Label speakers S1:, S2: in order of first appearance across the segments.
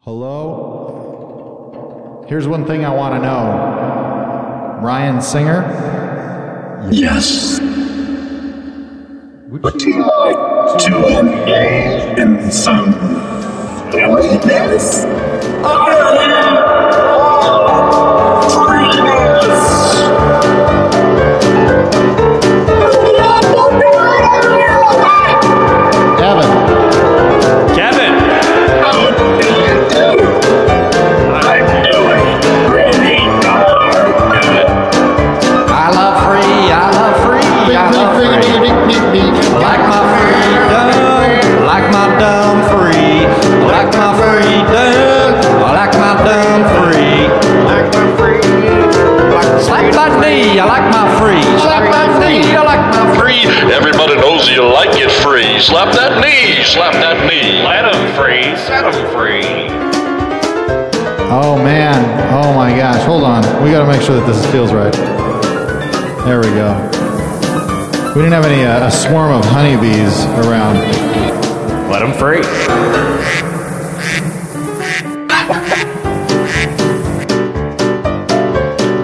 S1: Hello? Here's one thing I want to know Ryan Singer?
S2: Yes,
S1: Would
S2: but
S1: you
S2: do I to engage in some delicatness? I am all freeness.
S1: Devin?
S3: Kevin!
S2: How do you do? I'm doing pretty darn good.
S4: I love free, I love free, I love free. Like my freedom, like my dumb free, like my freedom, like my dumb free. Like my free, slap my knee, I like my free. Slap my knee, I like my free.
S5: Everybody knows you like it free. Slap that knee, slap that knee.
S3: Let him free, set him free.
S1: Oh man, oh my gosh, hold on. We gotta make sure that this feels right. There we go. We didn't have any, uh, a swarm of honeybees around.
S3: Let him free.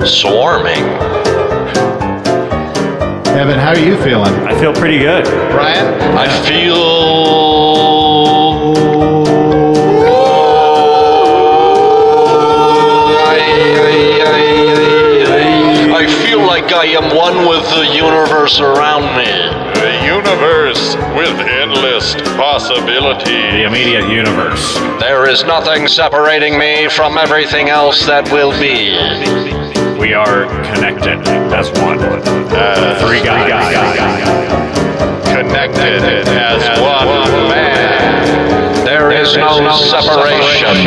S5: Swarming.
S1: Evan, how are you feeling?
S3: I feel pretty good.
S1: Ryan?
S5: I feel. I feel like I am one with the universe around me.
S6: The universe with endless possibility.
S3: The immediate universe.
S5: There is nothing separating me from everything else that will be.
S3: We are connected as one.
S6: As
S3: Three guys.
S6: Connected as one man.
S5: There is no separation.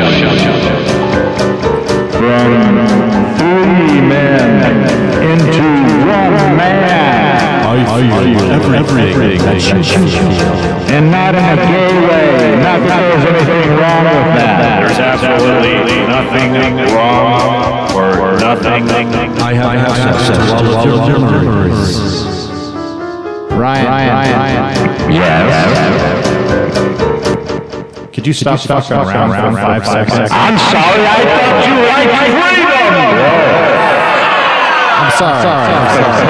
S3: There's absolutely nothing wrong or nothing.
S7: I have, access, to all of your memories.
S1: Ryan, Ryan, Ryan. Could you stop, stop, stop, around, around five, seconds?
S2: I'm sorry, I thought you liked freedom.
S1: I'm sorry. I'm sorry.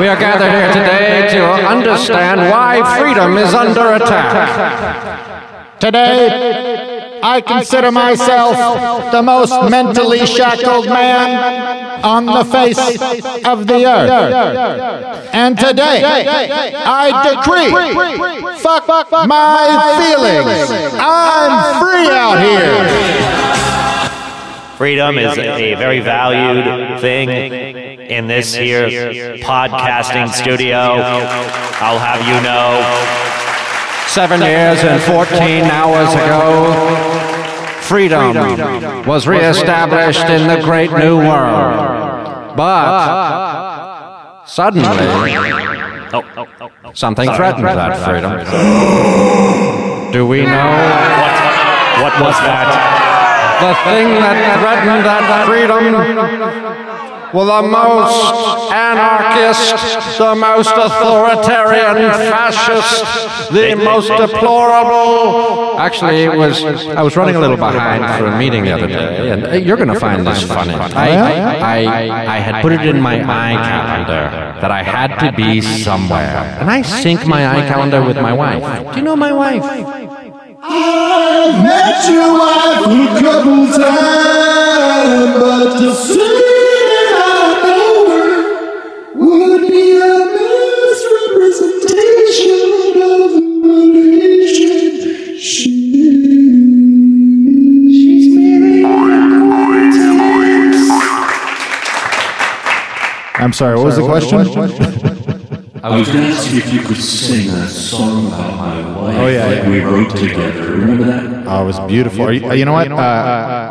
S4: We are gathered here today to understand why freedom is under attack.
S1: Today, I consider myself the most mentally shackled man on the face of the earth. And today, I decree fuck my feelings. I'm free out here.
S3: Freedom is a very valued thing in this here podcasting studio. I'll have you know.
S4: Seven years and 14 hours ago, freedom was reestablished in the great new world. But suddenly, something threatened that freedom. Do we know
S3: What was that?
S4: the thing that threatened that freedom? Well, the most anarchist, the most authoritarian, fascist, the most deplorable. Actually, it was. I was running a little behind for a meeting the other day, and uh, you're going to find this funny. I, I, I had put it in my eye calendar that I had to be somewhere, and I sync my eye calendar with my wife. Do you know my wife?
S8: Met your wife a couple times, but to see that I know her would be a misrepresentation of the relation she is. She's married.
S1: I'm sorry, what was the question?
S2: I was going to ask you if you could sing a song about my wife
S1: Oh, yeah,
S2: that
S1: yeah.
S2: we wrote together. Remember that?
S1: Oh, it was beautiful. Are you, you know what? Uh,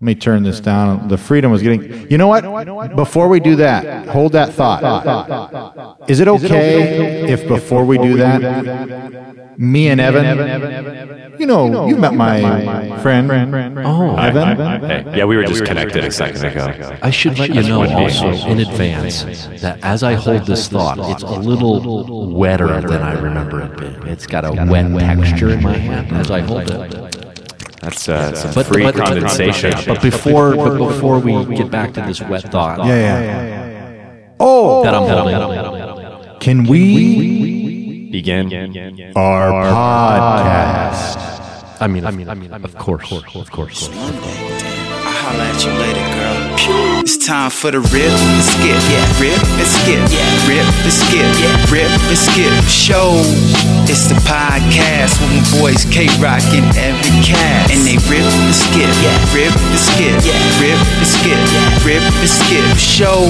S1: Let me turn this down. The freedom was getting. You know what? Before we do that, hold that thought. Is it okay if before we do that, me and Evan, you know, you met my friend,
S3: Oh, I-
S1: Evan.
S3: Yeah, we were just connected a second ago.
S7: I should let you know
S3: Would be.
S7: also in advance that as I hold this thought, it's a little wetter than I remember it being. It's got a wet texture in my hand as I hold it.
S3: That's uh, some free condensation.
S7: But before, but before we get back to this wet thought
S1: Yeah, yeah. Oh.
S7: that I'm holding,
S1: Can we
S3: Begin.
S1: our podcast?
S7: I mean, I mean, I mean, of course, of course.
S9: Holla at you later, girl. It's time for the rip and skip. Yeah. Rip and skip. Yeah. Rip and skip. Yeah. Rip and skip. Show. It's the podcast with my boys K Rock and Evan Cass. And they rip and skip. Yeah. Rip and skip. Yeah. Rip and skip. Yeah. Rip and skip. Show.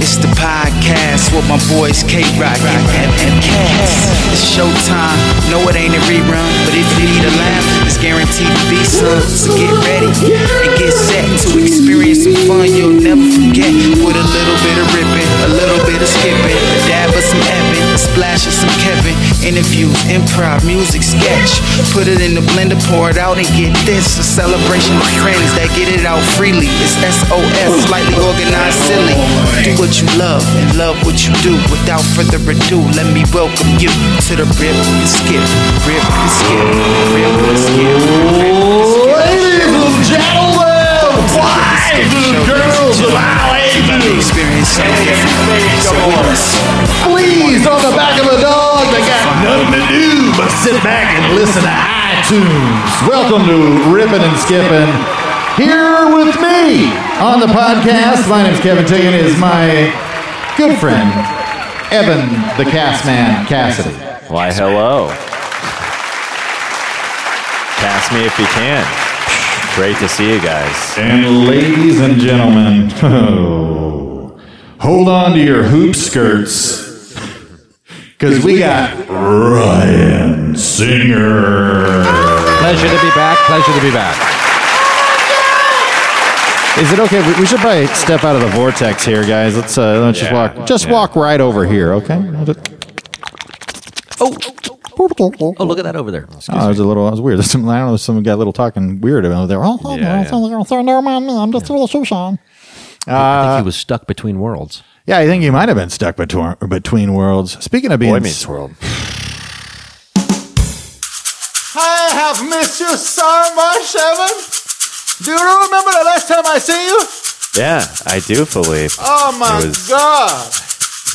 S9: It's the podcast with my boys K Rock and Evan Cass. It's showtime. No, it ain't a rerun. But if you need a laugh, it's guaranteed to be some. So get ready and get set to experience some fun you'll never forget. With a little bit of ripping, a little bit of skipping, a dab of some Evan, a splash of some Kevin. Interviews, improv, music, sketch. Put it in the blender, pour it out, and get this a celebration of friends that get it out freely. It's SOS, slightly organized, silly. Do what you love and love what you do. Without further ado, let me welcome you to the rip and skip, rip and skip, rip and skip. Rip and skip.
S8: Ladies and gentlemen, wives and girls of all ages,
S9: experience so different. So witness.
S8: please on the back of a dog that got nothing to do but sit back and
S1: Listen to iTunes. Welcome to Rippin' and Skippin'. Here with me on the podcast, my name's Kevin Tiggin, is my good friend, Evan the Cast Man Cassidy.
S3: Why, hello. Cast me if you can. Great to see you guys.
S1: And ladies and gentlemen, hold on to your hoop skirts, because we got Ryan Singer.
S10: Oh
S4: Pleasure to be back. Pleasure to be back.
S1: Is it okay? We- We should probably step out of the vortex here, guys. Let's uh, let's just walk, just walk right over here, okay?
S7: Oh, oh, look at that over there.
S1: Oh, it was a little. That was weird. There's some, I don't know. Some guy little talking weird about there. Oh, oh,
S3: Yeah,
S1: yeah,
S3: yeah.
S1: never mind me. I'm just a little shoes on.
S7: I think he was stuck between worlds.
S1: Uh, Yeah, I think you might have been stuck between between worlds. Speaking of being,
S3: Boy Meets World.
S8: I have missed you so much, Evan. Do you remember the last time I seen you?
S3: Yeah, I do, Philippe.
S8: Oh my
S3: It was-
S8: God!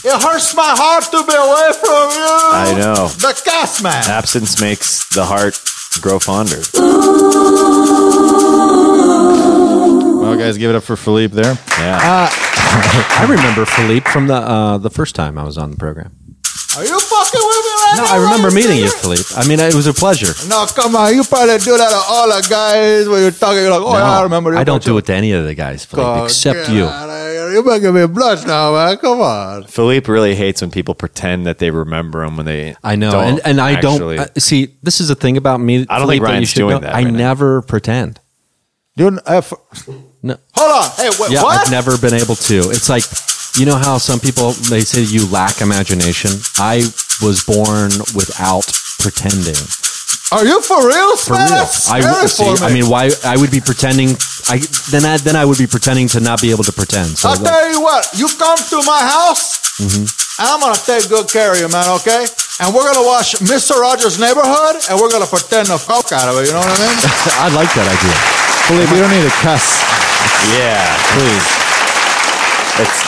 S8: It hurts my heart to be away from you.
S3: I know.
S8: The gas man.
S3: Absence makes the heart grow fonder.
S1: well, guys, give it up for Philippe there.
S3: Yeah.
S7: Uh, I remember Philippe from the uh, the first time I was on the program.
S8: Are you fucking with me right
S7: No,
S8: now?
S7: I remember
S8: Ryan
S7: meeting you,
S8: Singer?
S7: Philippe. I mean, it was a pleasure.
S8: No, come on. You probably do that to all the guys when you're talking. You're like, oh, yeah, I remember.
S7: I don't do it to any of the guys, Philippe, except you.
S8: you. You're making me blush now, man. Come on.
S3: Philippe really hates when people pretend that they remember him when they.
S7: I know,
S3: don't
S7: and, and I
S3: actually-
S7: don't uh, see. This is the thing about me.
S3: I don't think
S7: Philippe, that you
S3: Ryan's
S7: should
S3: doing
S7: know.
S3: that
S7: I
S3: right now.
S7: never pretend.
S1: Dude, uh, f-
S8: Hold on. Hey, wait,
S7: Yeah,
S8: what?
S7: I've never been able to. It's like, you know how some people they say you lack imagination. I was born without pretending.
S8: Are you for real,
S7: For
S8: man?
S7: real,
S8: That's
S7: I
S8: scary
S7: would see.
S8: for
S7: I mean, why I would be pretending? I then I then I would be pretending to not be able to pretend. So
S8: I'll
S7: like, mm-hmm.
S8: tell you what. You come to my house, I'm gonna take good care of you, man. Okay. And we're gonna watch Mr. Rogers' Neighborhood, and we're gonna pretend the fuck out of it. You know what I mean?
S7: I like that idea.
S1: Philippe, we don't need to cuss.
S3: Yeah, please. It's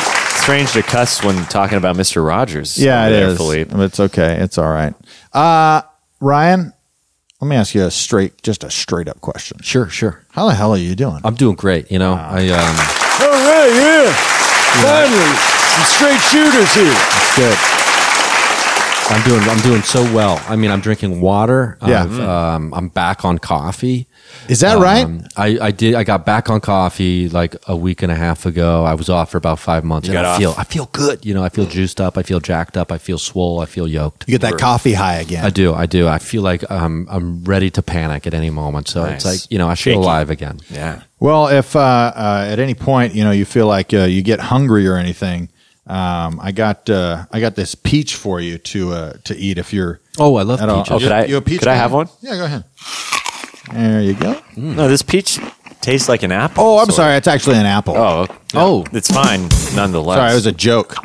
S3: strange to cuss when talking about Mr. Rogers.
S1: Yeah,
S3: over
S1: it
S3: there,
S1: is.
S3: Philippe.
S1: It's okay. It's all right. Uh, Ryan, let me ask you a straight, just a straight up question.
S7: Sure, sure.
S1: How the hell are you doing? Ah.
S7: I'm doing great. You know, I um.
S4: All right, yeah. Finally, some straight shooters here.
S1: good.
S7: I'm doing. I'm doing so well. I mean, I'm drinking water.
S1: Yeah.
S7: I've, um, I'm back on coffee. Um,
S1: Is that right?
S7: I, I did. I got back on coffee like a week and a half ago. I was off for about five months.
S1: You
S7: and
S1: got
S7: I
S1: off.
S7: feel. I feel good. You know, I feel juiced up. I feel jacked up. I feel swole. I feel yoked.
S1: You get that coffee high again.
S7: I do. I do. I feel like um, I'm ready to panic at any moment. So it's
S1: Nice.
S7: like you know, I feel
S1: Shaky.
S7: alive again.
S3: Yeah.
S1: Well, if uh, uh, at any point you know you feel like uh, you get hungry or anything, um, I got uh, I got this peach for you to uh, to eat if you're.
S7: Oh, I love
S1: at all-
S7: peaches. Oh,
S1: you,
S7: could I-
S1: you a peach
S7: could I
S1: man?
S7: have one?
S1: Yeah, go ahead. There you go.
S3: No, this peach tastes like an apple.
S1: Oh, I'm sorry. It's actually an apple.
S3: Oh,
S7: oh,
S3: it's fine nonetheless.
S1: Sorry, it was a joke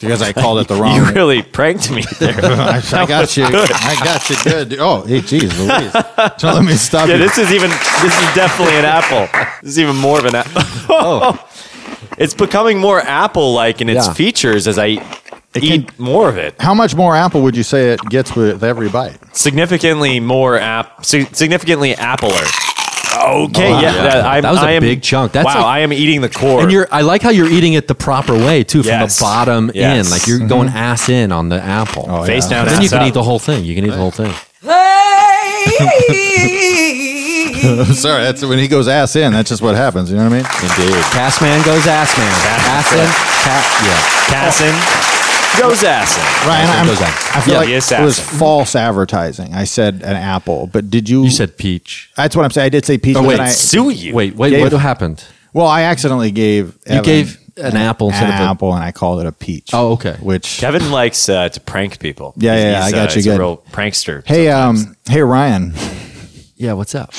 S1: because I called it the wrong.
S3: you really pranked me there.
S1: I, I
S3: That was
S1: got you.
S3: good.
S1: I got you good. Oh, hey, geez, Louise. Don't let me stop
S3: yeah,
S1: you.
S3: this is even this is definitely an apple. This is even more of an apple. oh. It's becoming more apple like in its
S1: Yeah.
S3: features as I eat more of it.
S1: How much more apple would you say it gets with every bite?
S3: Significantly more app sig- significantly
S1: Oh,
S3: appler. Okay,
S7: Wow.
S3: yeah, that, I'm,
S7: That was a
S3: I am-
S7: big chunk. That's
S3: wow,
S7: like-
S3: I am eating the core.
S7: And you're, I like how you're eating it the proper way too, from
S3: Yes.
S7: the bottom
S3: Yes.
S7: in. Like you're
S1: Mm-hmm.
S3: Mhm.
S7: going ass in on the apple,
S1: Oh.
S3: Face yeah. down,
S7: Then
S3: ass
S7: you can
S3: up.
S7: eat the whole thing. You can eat the whole thing.
S1: Sorry, that's when he goes ass in. That's just what happens. You know what I mean? Indeed.
S7: Cass man goes ass man. Ass in. Ca- yeah.
S3: Cassin goes assing.
S1: Ryan, I'm,
S7: goes ass.
S1: I feel
S7: Yeah.
S1: like
S7: Yes,
S1: it was
S7: ass.
S1: false advertising. I said an apple, but did you? You
S7: said peach.
S1: That's what I'm saying. I did say peach.
S7: Oh,
S1: but
S7: wait,
S1: then I
S7: sue you. Wait, wait,
S1: gave-
S7: what happened?
S1: Well, I accidentally gave
S7: You
S1: Evan
S7: gave an apple instead
S1: an
S7: of a-
S1: apple, and I called it a peach.
S7: Oh, okay.
S1: Which
S3: Kevin likes uh, to prank people.
S1: Yeah, yeah, yeah, I got you
S3: he's
S1: good.
S3: A real prankster.
S1: Hey, um, hey Ryan,
S7: Yeah, what's up,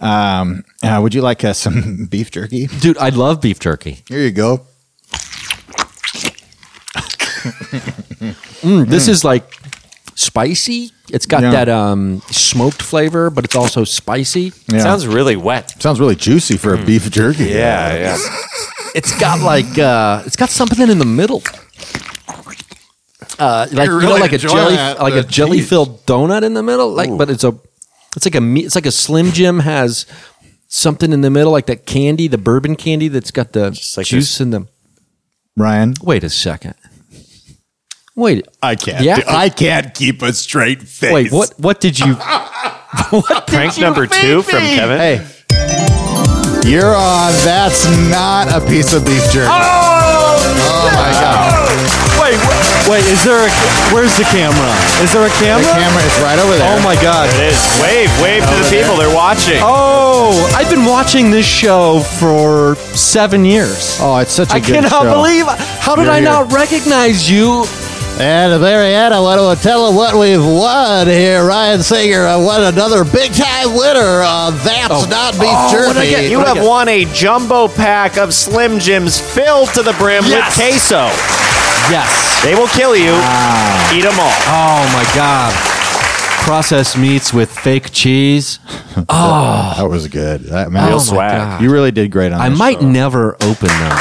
S1: um, uh, would you like uh, some beef jerky?
S7: dude? I love beef jerky.
S1: Here you go.
S7: Mm, this is like spicy. It's got
S1: Yeah.
S7: that um, smoked flavor, but it's also spicy.
S1: Yeah.
S3: Sounds really wet. Hmm.
S1: Sounds really juicy for a beef jerky.
S3: Yeah, yeah.
S7: It's got like uh, it's got something in the middle. Uh, like
S1: You're
S7: you know,
S1: really
S7: like a
S1: enjoying
S7: jelly,
S1: that,
S7: like a
S1: that
S7: jelly
S1: cheese.
S7: filled donut in the middle. Like, but it's a, it's like a, me- it's like a Slim Jim has something in the middle, like that candy, the bourbon candy that's got the
S3: like
S7: juice
S3: this-
S7: in them.
S1: Ryan,
S7: Wait a second. Wait,
S1: I can't.
S7: Yeah.
S1: do- I can't keep a straight face.
S7: wait. What? What did you?
S3: Prank number two from Kevin.
S1: Hey, you're on. That's not a piece of beef jerky. Oh my god!
S5: Wait, wait, is there a. Where's the camera? Is there a
S1: The
S5: camera?
S1: camera is right over there.
S5: Oh my God.
S3: It is. Wave, wave to the people. They're watching.
S5: Oh, I've been watching this show for seven years.
S1: Oh, it's such a
S5: I
S1: good
S5: cannot
S1: show.
S5: believe
S7: How did
S1: You're
S7: I
S1: here.
S7: not recognize you?
S1: At the very end, I want to tell them what we've won here. Ryan Singer uh, won another big time winner. Uh, that's not beef
S3: What'd I
S1: jerky.
S3: get? You have won a jumbo pack of Slim Jims filled to the brim
S7: Yes.
S3: with queso.
S7: Yes.
S3: They will kill you.
S1: Uh,
S3: Eat them all.
S7: Oh my God. Processed meats with fake cheese. Oh.
S1: That was good. That man,
S3: Real
S7: my
S3: swag.
S7: God.
S1: you really did great on
S7: I
S1: this
S7: might
S1: show.
S7: never open them.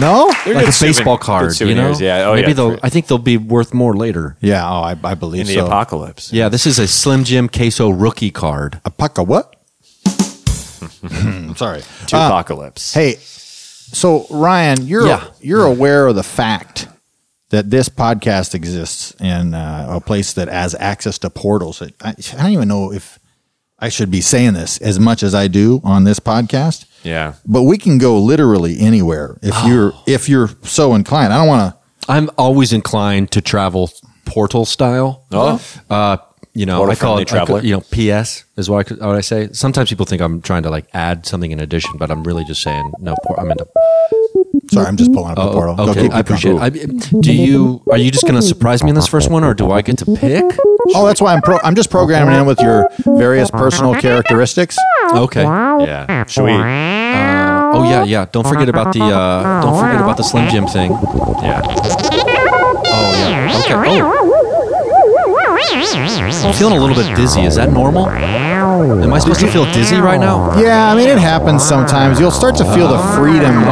S1: no.
S7: like
S3: good souvenir-
S7: a baseball
S3: good
S7: card, you know?
S3: souvenirs, yeah. Oh,
S7: Maybe
S3: yeah,
S7: they'll.
S3: for-
S7: I think they'll be worth more later.
S1: Yeah. Oh, I, I believe
S3: In the
S1: so.
S3: apocalypse.
S7: Yeah, this is a Slim Jim Queso rookie card.
S1: Apoca what? I'm Hmm, sorry. Uh,
S3: Two apocalypse.
S1: Hey, so Ryan, you're
S7: Yeah.
S1: you're aware of the fact that this podcast exists in uh, a place that has access to portals. I, I don't even know if I should be saying this as much as I do on this podcast,
S3: Yeah.
S1: but we can go literally anywhere if you're if you're so inclined. I don't want to.
S7: Ah. I'm always inclined to travel portal style.
S3: Oh.
S7: Uh, you know, I call
S3: Portal-friendly
S7: it I
S3: traveler.
S7: call- you know, PS is what I, could- what I say. Sometimes people think I'm trying to like add something in addition, but I'm really just saying no. Por- I'm into.
S1: Sorry, I'm just pulling up the portal.
S7: Oh,
S1: Go,
S7: okay,
S1: keep-
S7: I
S1: keep going.
S7: appreciate. it. I, do you? Are you just going to surprise me in this first one, or do I get to pick?
S1: Oh, that's why I'm pro- I'm just programming in with your various personal characteristics.
S7: Okay.
S3: Yeah. Should we? Yeah.
S7: Oh yeah, yeah. Don't forget about the. Uh, don't forget about the Slim Jim thing. Oh yeah. Okay. Oh.
S1: Oh.
S7: I'm feeling a little bit dizzy. Is that normal? Am I supposed to feel dizzy right now?
S1: Yeah, I mean it happens sometimes. You'll start to feel the freedom.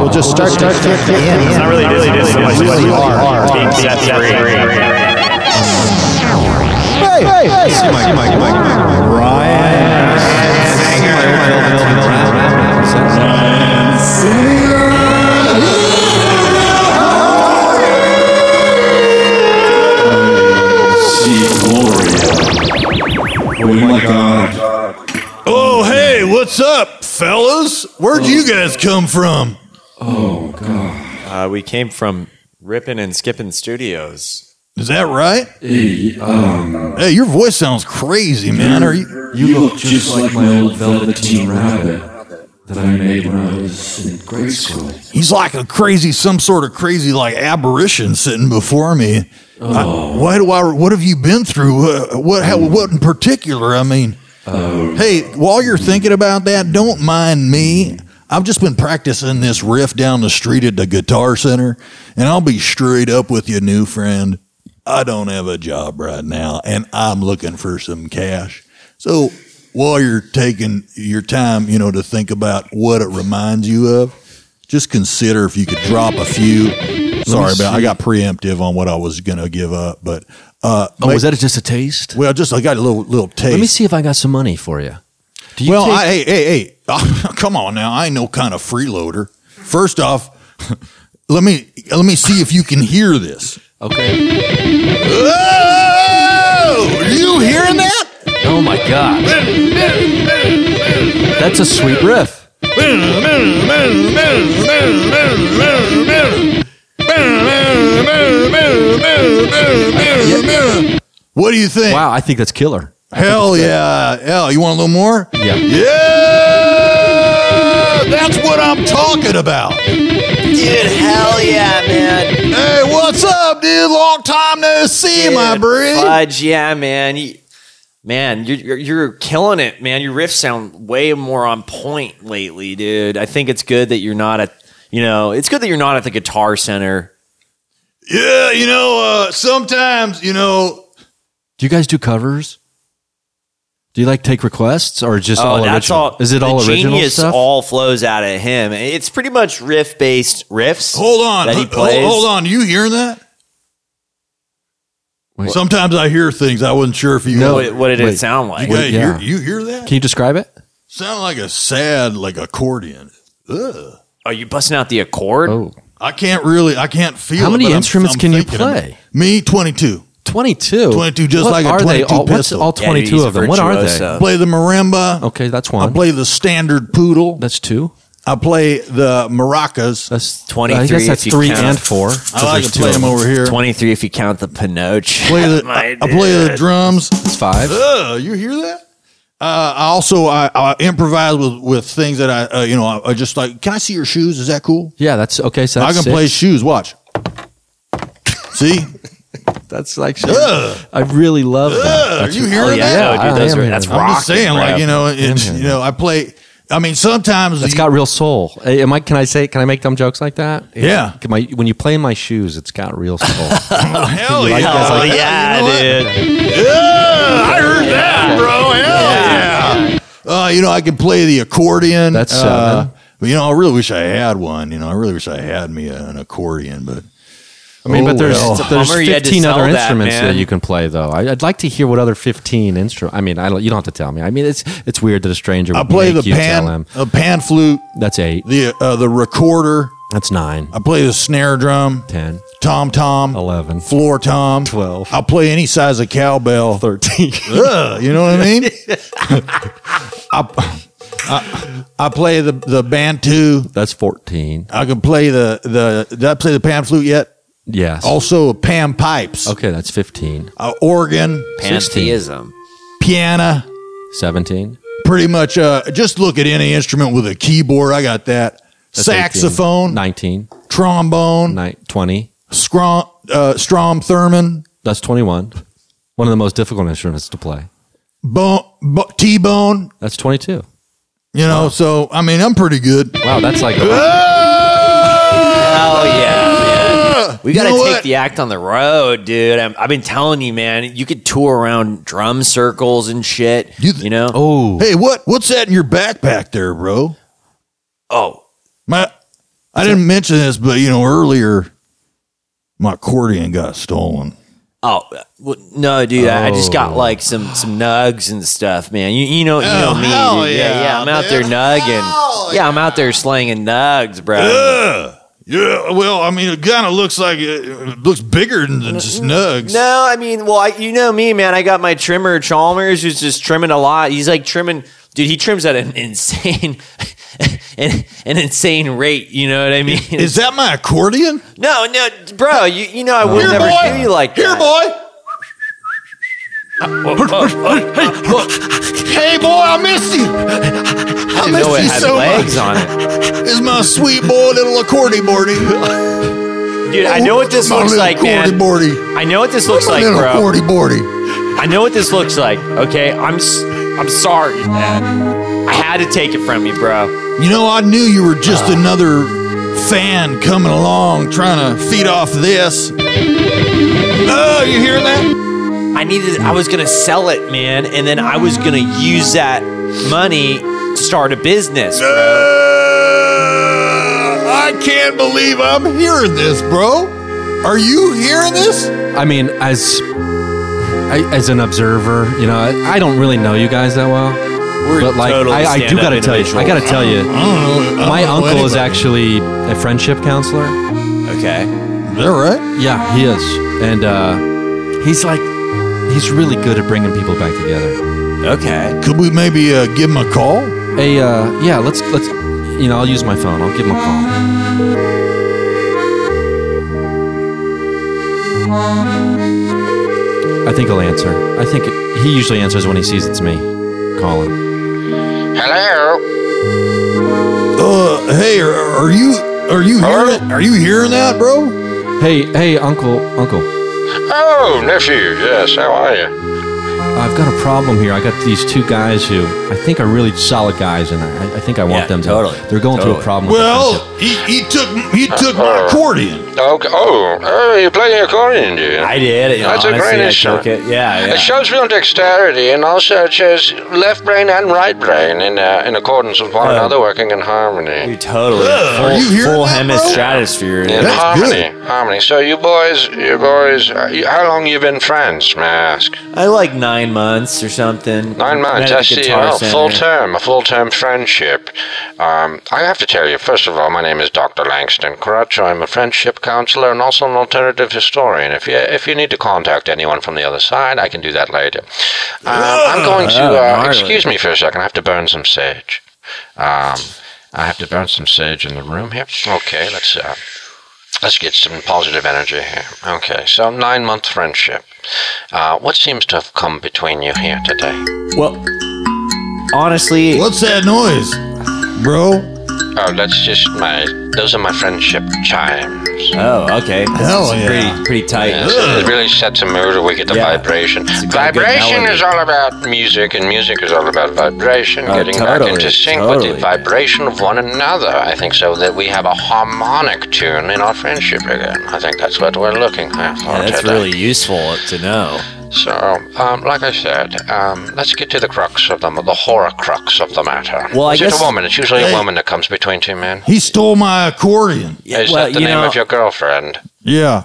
S1: We'll just start to kick in.
S3: It's not really dizzy. It's just
S1: really
S3: really
S1: are.
S3: hard. Deep set three.
S1: Hey, hey, hey, hey, Mike, Mike, Mike, Mike, Ryan.
S10: we my God.
S2: uh, Oh, hey, what's up, fellas? Where'd you guys come from?
S3: Oh God! Uh, we came from Rippin' and Skippin' Studios.
S2: Is that right?
S10: Hey, um,
S2: hey, your voice sounds crazy, man. Are you?
S10: You look just like my old velveteen rabbit that I made when I was in grade school.
S2: He's like a crazy, some sort of crazy, like apparition sitting before me. I, why do I? What have you been through? What? What, how, what in particular? I mean, hey, while you're thinking about that, don't mind me. I've just been practicing this riff down the street at the Guitar Center, and I'll be straight up with you, new friend. I don't have a job right now, and I'm looking for some cash. So while you're taking your time, you know, to think about what it reminds you of, just consider if you could drop a few. Sorry about I got preemptive on what I was going to give up, but uh,
S11: Oh, was that just a taste?
S2: Well, just I got a little little taste.
S11: Let me see if I got some money for you. Do you
S2: well,
S11: take-
S2: I, hey, hey, hey, come on now. I ain't no kind of freeloader. First off, let me let me see if you can hear this.
S11: Okay.
S2: Oh, are you hearing that?
S11: Oh my god. That's a sweet riff.
S2: What do you think?
S11: Wow, I think that's killer.
S2: Hell yeah. Hell, you want a little more?
S11: Yeah.
S2: Yeah! That's what I'm talking about.
S9: Dude, hell yeah, man.
S2: Hey, what's up, dude? Long time no see, my
S3: Dude,
S2: brie.
S3: Fudge, yeah, man. You- man, you're, you're you're killing it, man. Your riffs sound way more on point lately, dude. I think it's good that you're not at, you know, it's good that you're not at the Guitar Center.
S2: Yeah, you know, uh, sometimes, you know,
S11: Do you guys do covers? Do you like take requests or just all original? Is it
S3: Oh, the
S11: all original
S3: genius
S11: stuff?
S3: All flows out of him. It's pretty much riff based riffs.
S2: hold on.
S3: that he
S2: H-
S3: plays.
S2: Hold on. You hearing that?
S11: Wait.
S2: Sometimes I hear things I wasn't sure if you
S3: What, it- what did
S11: Wait.
S3: it sound like?
S2: You, hey,
S11: yeah.
S2: you, you hear that?
S11: Can you describe it?
S2: Sound like a sad, like accordion. Ugh.
S3: Are you busting out the accord?
S11: Oh.
S2: I can't really, I can't feel.
S11: How
S2: it,
S11: many
S2: but I'm-
S11: instruments
S2: I'm
S11: can you
S2: thinking of it.
S11: play?
S2: Me, twenty-two.
S11: 22.
S2: 22, just
S11: What
S2: like a
S11: are they?
S2: 22
S11: all, What's
S2: pistol.
S11: all
S3: Yeah, dude,
S11: 22
S3: he's
S11: of
S3: a
S11: them? What are they?
S3: virtuoso.
S2: Play the marimba.
S11: Okay, that's
S2: I
S11: one.
S2: play the standard poodle.
S11: that's two.
S2: I play the maracas.
S11: That's
S3: 23
S11: I guess that's
S3: if you
S11: three
S3: count.
S11: and four.
S2: I like to play them over here.
S3: Twenty three, if you count the Pinoch.
S2: Play the,
S3: My
S2: I, I play the
S3: dude.
S2: drums.
S11: That's five.
S2: Ugh, you hear that? Uh, I also I, I improvise with, with things that I uh, you know I, I just like. Can I see your shoes? Is that cool?
S11: Yeah, that's okay. So
S2: I
S11: that's
S2: can
S11: six.
S2: play shoes. Watch. See?
S11: That's like I really love that.
S2: Are
S11: That's-
S2: you hearing
S3: Oh, yeah,
S2: that?
S3: no, dude,
S11: I
S3: those
S11: am
S3: are,
S11: in
S3: that's
S11: it. I'm
S2: I'm
S3: rock.
S2: just saying, like you know, it's you know, I play. I mean, sometimes
S11: It's
S2: you-
S11: got real soul. Hey, Am I? Can I say? Can I make dumb jokes like that?
S2: Yeah.
S11: Can my, when you play in my shoes, it's got real soul.
S2: hell
S11: like
S2: yeah,
S11: that?
S3: Oh, yeah, dude.
S2: I heard that, bro. Hell yeah. Uh, you know, I can play the accordion.
S11: That's
S2: uh,
S11: seven.
S2: but, you know, I really wish I had one. You know, I really wish I had me an accordion, but Oh,
S11: I mean, but there's
S2: well.
S11: there's
S3: bummer you had to
S11: 15
S3: sell
S11: other
S3: that,
S11: instruments that,
S3: man.
S11: you can play though. I, I'd like to hear what other 15 instruments. I mean, I don't, you don't have to tell me. I mean, it's it's weird that a stranger would
S2: I play
S11: make
S2: the
S11: you tell
S2: pan,
S11: him.
S2: the pan flute,
S11: That's eight.
S2: the uh, the recorder.
S11: That's nine.
S2: I play the snare drum,
S11: Ten.
S2: tom tom,
S11: 11.
S2: floor tom,
S11: 12.
S2: I'll play any size of cowbell,
S11: 13.
S2: Ugh, you know what I mean? I, I, I play the the bantu.
S11: That's 14.
S2: I can play the the. Did I play the pan flute yet?
S11: Yes.
S2: Also, pan pipes,
S11: okay, that's 15.
S2: uh, organ,
S3: Pantheism.
S2: piano.
S11: 17.
S2: Pretty much, uh, just look at any instrument with a keyboard. I got that.
S11: That's 18.
S2: Saxophone,
S11: 19.
S2: trombone,
S11: Nine, 20.
S2: scrom, uh, strom thurman,
S11: That's 21. One of the most difficult instruments to play.
S2: bone, bo- t-bone.
S11: That's 22.
S2: You know, so I mean, I'm pretty good. Ah!
S11: Wow, that's like
S3: Oh yeah, man. We
S2: You
S3: gotta
S2: know
S3: take
S2: what?
S3: the act on the road, dude. i I've been telling you, man. You could tour around drum circles and shit.
S2: You
S3: You,
S2: th-
S3: know? Oh,
S11: Oh,
S2: Hey, what what's that in your backpack there, bro?
S3: Oh.
S2: My, I didn't mention this, but you know, earlier my accordion got stolen.
S3: oh, well, no, dude. I I just got
S2: Oh.
S3: like some some nugs and stuff, man. You you know you know me,
S2: Oh, hell
S3: dude. Yeah, yeah.
S2: yeah,
S3: I'm out there
S2: man.
S3: nugging.
S2: Hell
S3: yeah, I'm out there slanging nugs, bro.
S2: Ugh. Yeah, well, I mean, it kind of looks like it, it looks bigger than just nugs.
S3: No, I mean, well, I, you know me, man. I got my trimmer Chalmers, who's just trimming a lot. He's like trimming, dude. He trims at an insane, an, an insane rate. You know what I mean?
S2: Is that my accordion?
S3: No, no, bro. You, you know I would
S2: Here,
S3: never
S2: boy.
S3: do you like
S2: Here,
S3: that.
S2: boy. Hey, boy, I miss you. I
S3: didn't
S2: miss
S3: know it
S2: you
S3: had
S2: so
S3: legs
S2: much.
S3: on it.
S2: It's my sweet boy, little accordion boardy.
S3: Dude, I know what this
S2: My
S3: looks
S2: little
S3: like,
S2: cordy
S3: man.
S2: boardy.
S3: I know what this looks
S2: My
S3: like,
S2: little
S3: bro.
S2: cordy boardy.
S3: I know what this looks like. Okay, I'm s- I'm sorry, man. I had to take it from you, bro.
S2: You know, I knew you were
S3: Uh.
S2: just another fan coming along trying to feed off this. Oh, you hear that?
S3: I needed. I was gonna sell it, man, and then I was gonna use that money to start a business.
S2: Uh, I can't believe I'm hearing this, bro. Are you hearing this?
S7: I mean, as I, as an observer, you know, I, I don't really know you guys that well.
S3: We're
S7: but like,
S3: total
S7: I, I do
S3: stand-up
S7: gotta tell you, I
S3: individuals.
S7: gotta tell you,
S2: don't know- I
S7: my
S2: don't know
S7: uncle is
S2: anybody.
S7: actually a friendship counselor.
S3: Okay.
S2: Is that right?
S7: Yeah, he is, and uh, he's like, he's really good at bringing people back together.
S3: Okay.
S2: Could we maybe uh, give him a call?
S7: Hey, uh, yeah, let's let's, you know, I'll use my phone. I'll give him a call. I think he'll answer. I think he usually answers when he sees it's me calling.
S4: Hello?
S2: Uh, hey, are, are you are you hearing are you hearing that, bro?
S7: Hey, hey, uncle, uncle.
S4: Oh, nephew, yes, how are you?
S7: I've got a problem here. I got these two guys who I think are really solid guys, and I, I think I want
S3: Yeah,
S7: them to.
S3: totally,
S7: They're going
S3: totally.
S7: through a problem. with their friendship.
S2: Well, he, he took he took my accordion.
S4: Oh. Okay. Oh, oh, you play the accordion, do you?
S3: I did it.
S4: That's a
S3: honestly,
S4: great
S3: I
S4: instrument.
S3: took it. Yeah,
S5: uh,
S4: It
S3: yeah.
S4: shows real dexterity and also it shows left brain and right brain in, uh, in accordance with one
S3: Oh.
S4: another working in harmony.
S3: You totally
S2: Are
S3: full,
S2: you hearing
S3: full
S2: that, bro?
S3: hemistratosphere.
S4: In
S2: That's
S4: harmony, harmony. So you boys, you boys, uh, you, how long you been friends, may I ask?
S3: I like nine months or something.
S4: Nine
S3: Met at
S4: months.
S3: the
S4: I see.
S3: Guitar
S4: Oh,
S3: Center.
S4: full term, a full term friendship. Um, I have to tell you, first of all, my name is Dr. Langston Crutch. I'm a friendship counselor and also an alternative historian. If you if you need to contact anyone from the other side, I can do that later. Um, I'm going to. Uh, excuse me for a second. I have to burn some sage. Um, I have to burn some sage in the room here. Okay, let's. Uh, Let's get some positive energy here. Okay, so nine month friendship. Uh, what seems to have come between you here today?
S3: Well, honestly,
S2: What's that noise, bro?
S4: Oh, that's just my. Those are my friendship chimes.
S3: oh, okay. That's
S2: Hell yeah.
S3: pretty, pretty tight.
S4: Yes, it really sets a mood, or we get the
S3: Yeah.
S4: vibration.
S3: It's got a good
S4: Vibration
S3: melody.
S4: is all about music, and music is all about vibration,
S3: Oh,
S4: getting back
S3: totally,
S4: into sync with
S3: totally,
S4: the
S3: man.
S4: vibration of one another. I think so that we have a harmonic tune in our friendship again. I think that's what we're looking for.
S3: Yeah, that's
S4: today.
S3: really useful to know.
S4: So, um, like I said, um, let's get to the crux of the the horror crux of the matter.
S3: Well, I
S4: is
S3: guess-
S4: it a woman? It's usually
S2: Hey.
S4: a woman that comes between two men.
S2: He stole my accordion.
S3: Yeah,
S4: is
S3: well,
S4: that the
S3: you
S4: name
S3: know,
S4: of your girlfriend?
S2: Yeah.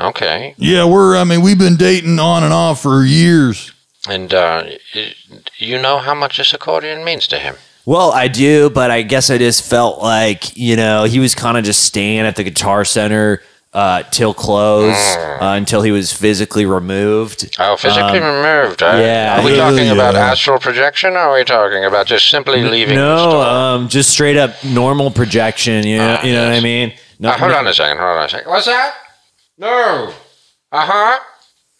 S4: Okay,
S2: Yeah, we're, I mean, we've been dating on and off for years.
S4: And uh, y- you know how much this accordion means to him.
S3: Well, I do, but I guess I just felt like you know he was kind of just staying at the Guitar Center uh, till close uh, until he was physically removed.
S4: Mm. Oh, physically removed. Huh?
S3: Um, yeah, uh,
S4: Are we talking
S2: yeah.
S4: about astral projection? Or are we talking about just simply leaving? Uh, the
S3: No,
S4: store?
S3: um, just straight up normal projection. You know,
S4: Ah,
S3: you know what I
S4: yes.
S3: mean? No,
S4: Uh, hold on a second. Hold on a second. What's that? No. Uh huh.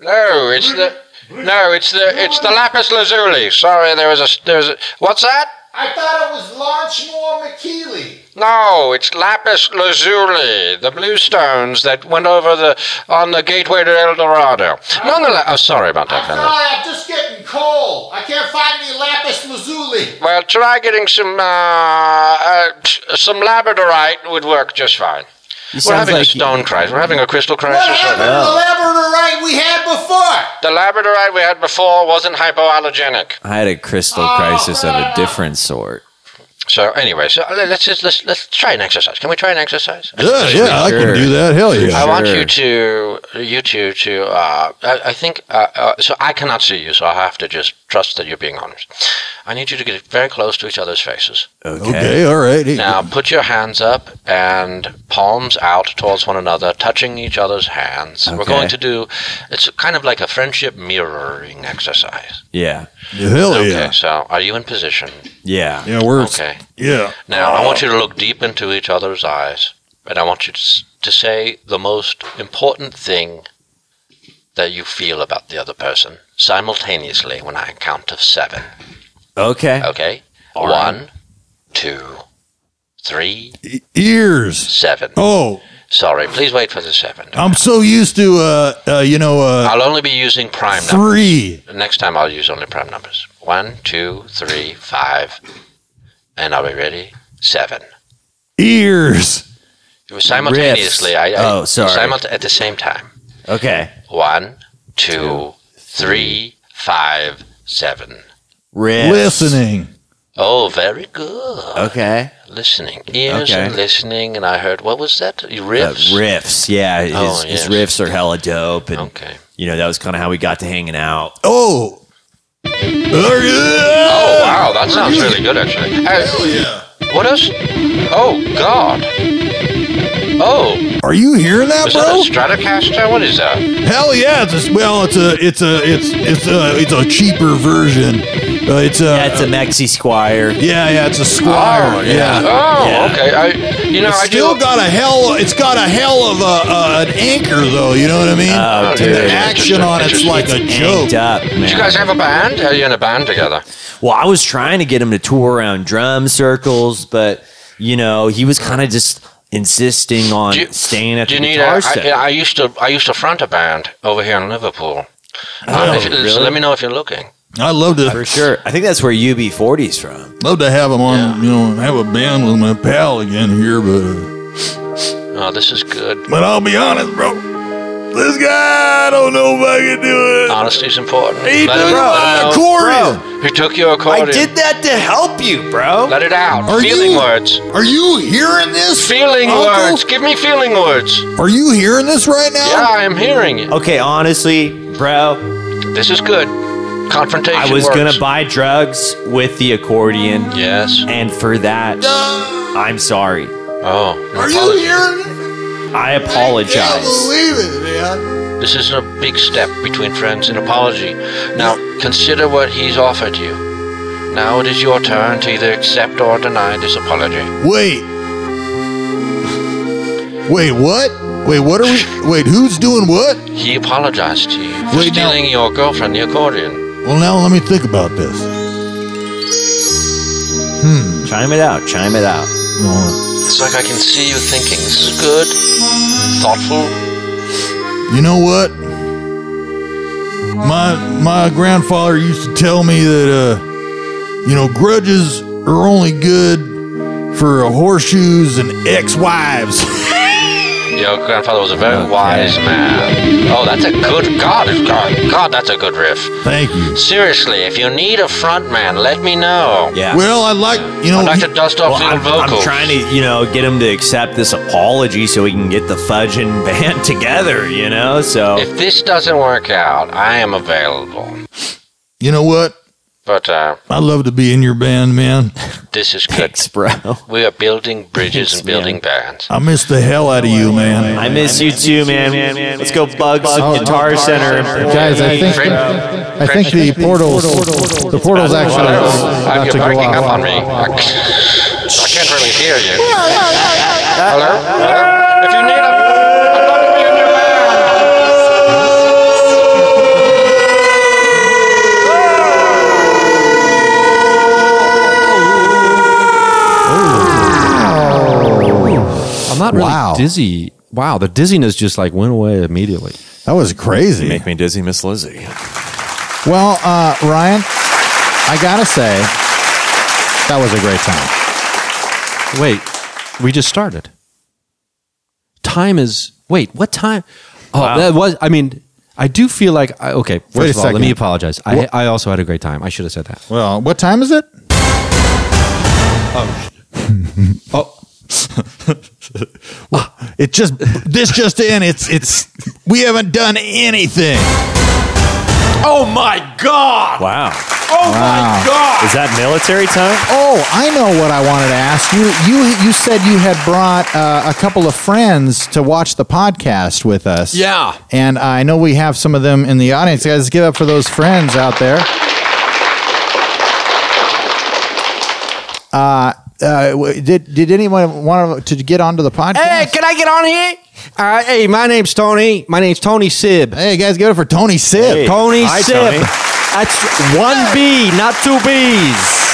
S4: No, it's the. No, it's the it's the lapis lazuli. Sorry, there was a there was a, what's that?
S8: I thought it was Launchmore McKeely.
S4: No, it's lapis lazuli, the blue stones that went over the on the gateway to El Dorado. Nonetheless, oh, sorry about that, fellas.
S8: I'm just getting cold. I can't find any lapis lazuli.
S4: Well, try getting some uh, uh, t- some labradorite would work just fine. We're
S3: sounds
S4: having a
S3: like you-
S4: stone crisis. We're having a crystal
S8: What
S4: crisis.
S8: happened to the labradorite we had before?
S4: The labradorite we had before wasn't hypoallergenic.
S3: I had a crystal crisis of a different sort.
S4: So anyway, so let- let's just let's let's try an exercise. Can we try an exercise?
S2: Yeah, yeah, I can do that.
S3: Oh,
S2: Hell yeah.
S4: I want you to you two to. Uh, I, I think uh, uh, so. I cannot see you, so I have to just trust that you're being honest. I need you to get very close to each other's faces.
S2: Okay, all right. Hey,
S4: Now put your hands up and palms out towards one another, touching each other's hands. We're
S3: Okay.
S4: going to do. It's kind of like a friendship mirroring exercise.
S3: Yeah.
S2: Hell
S4: okay,
S2: yeah.
S4: So are you in position?
S3: Yeah.
S2: Yeah, we're
S4: Okay.
S2: yeah.
S4: Now, I want you to look deep into each other's eyes, and I want you to, s- to say the most important thing that you feel about the other person simultaneously when I count of seven.
S3: Okay.
S4: Okay? One, two, three,
S2: E, Ears.
S4: seven.
S2: Oh,
S4: Sorry, please wait for the seven.
S2: I'm so used to uh, uh you know uh
S4: I'll only be using prime
S2: three.
S4: numbers. Next time, I'll use only prime numbers. One, two, three, five, and are we ready? Seven.
S2: Ears.
S4: It was simultaneously. I, I,
S3: Oh, sorry.
S4: simulta- at the same time.
S3: Okay.
S4: One, two, three, five, seven.
S3: Riffs.
S2: Listening.
S4: Oh, very good.
S3: Okay.
S4: Listening. Ears
S3: Okay.
S4: and listening, and I heard, what was that?
S3: Uh,
S4: Riffs?
S3: riffs. Yeah. His,
S4: Oh, yes.
S3: his riffs are hella dope. And,
S4: Okay.
S3: you know, that was kind of how we got to hanging out.
S2: Oh. Oh, yeah.
S4: Oh, wow, that sounds really good, actually. Hell yeah. What else? Oh, God. Oh,
S2: Are you hearing that,
S4: is that
S2: bro?
S4: a Stratocaster? What is that?
S2: Hell yeah! It's a, well, it's a it's a it's it's a it's a cheaper version. Uh, it's a
S3: That's a Maxi Squire.
S2: yeah yeah it's a Squire. yeah.
S4: Oh,
S3: Yeah.
S4: okay. I, you know,
S2: It's
S4: I
S2: still
S4: do.
S2: got a hell. It's got a hell of a uh, an anchor, though. You know what I mean?
S3: Oh,
S2: And the
S3: dude.
S2: action on it's like a joke.
S3: Hanged up,
S4: Do you
S3: man.
S4: guys have a band? Are you in a band together?
S3: Well, I was trying to get him to tour around drum circles, but you know, he was kind of just insisting on
S4: Do you-
S3: staying at
S4: Do
S3: the
S4: you need
S3: guitar
S4: a,
S3: set.
S4: I, I used to I used to front a band over here in Liverpool.
S3: Oh,
S4: Uh, if you- So let me know if you're looking.
S2: I love to
S3: for sure. I think that's where UB40's from.
S2: love to have him on. You know, have a band with my pal again here, but
S4: Oh, this is good.
S2: but I'll be honest, bro. This guy, I don't know if I can do it.
S4: Honesty's important.
S2: he
S4: Let
S2: took
S4: him- let him
S2: my
S4: know.
S2: accordion.
S4: He took your accordion.
S3: I did that to help you, bro.
S4: Let it out.
S2: Are
S4: feeling
S2: you-
S4: words.
S2: Are you hearing this?
S4: Feeling
S2: Uncle?
S4: words. Give me feeling words.
S2: Are you hearing this right now?
S4: Yeah, I am hearing you.
S3: Okay, honestly, bro,
S4: This is good. Confrontation.
S3: I was
S4: works.
S3: gonna buy drugs with the accordion,
S4: Yes.
S3: and for that, I'm sorry.
S4: Oh.
S2: Are you
S4: apologies.
S2: hearing? it?
S3: I
S2: Can't
S3: apologize.
S2: believe it, man.
S4: This is a big step between friends and apology. Now, consider what he's offered you. Now it is your turn to either accept or deny this apology.
S2: Wait. Wait, what? Wait, what are we? Wait, who's doing what?
S4: He apologized to you for
S2: Wait, now-
S4: stealing your girlfriend the accordion.
S2: Well, now let me think about this. Hmm.
S3: Chime it out. Chime it out.
S4: It's like I can see you thinking. This is good, thoughtful.
S2: You know what? My my grandfather used to tell me that uh, you know, grudges are only good for horseshoes and ex-wives.
S4: Your grandfather was a very wise man. Oh, that's a good God, God, God, that's a good riff.
S2: Thank you.
S4: Seriously, if you need a front man, let me know.
S3: Yeah.
S2: Well, I like you know.
S4: I'd like
S2: he-
S4: to dust off
S3: Well,
S4: little
S3: I'm,
S4: vocals.
S3: I'm trying to, you know, get him to accept this apology so we can get the fudging band together, you know? So,
S4: If this doesn't work out, I am available.
S2: you know what?
S4: But uh,
S2: I love to be in your band, man.
S4: this is good.
S3: thanks, bro.
S4: We are building bridges
S3: Thanks,
S4: and building
S3: man.
S4: bands.
S2: I miss the hell out of you, man.
S3: I miss you too, man. Let's go Bugs Guitar Center.
S1: Guys, I think I think the portals the portals actually
S4: Uh,
S1: about
S4: you're
S1: to go
S4: breaking up on
S1: off.
S4: me. I I can't really hear you. Hello? If you need a... I'd love to be in your band.
S7: I'm not really
S2: Wow.
S7: dizzy. Wow, the dizziness just like went away immediately.
S2: That was crazy.
S3: Make me dizzy, Miss Lizzie.
S1: Well, uh, Ryan, I gotta say that was a great time.
S7: Wait, we just started. Time is wait. What time? Oh, that was. I mean, I do feel like I, okay. First
S1: Wait a
S7: of all, let
S1: second.
S7: me apologize. I,
S1: What-
S7: I also had a great time. I should have said that.
S1: Well, what time is it?
S7: Oh,
S2: Oh. well, it just this just in. It's it's we haven't done anything.
S5: Oh my God!
S3: Wow.
S1: Wow.
S5: Oh my God!
S3: Is that military time?
S1: Oh, I know what I wanted to ask you. You you said you had brought uh, a couple of friends to watch the podcast with us.
S5: Yeah.
S1: And I know we have some of them in the audience. Guys, give up for those friends out there. Uh, uh, w- did did anyone want to get onto the
S7: Hey,
S1: podcast?
S7: can I get on here? Uh, hey, my name's Tony. My name's Tony Sib.
S1: Hey, guys, give it up for Tony Sib.
S7: Tony
S3: Hi,
S7: Sib.
S3: Tony.
S7: That's one B, not two B's.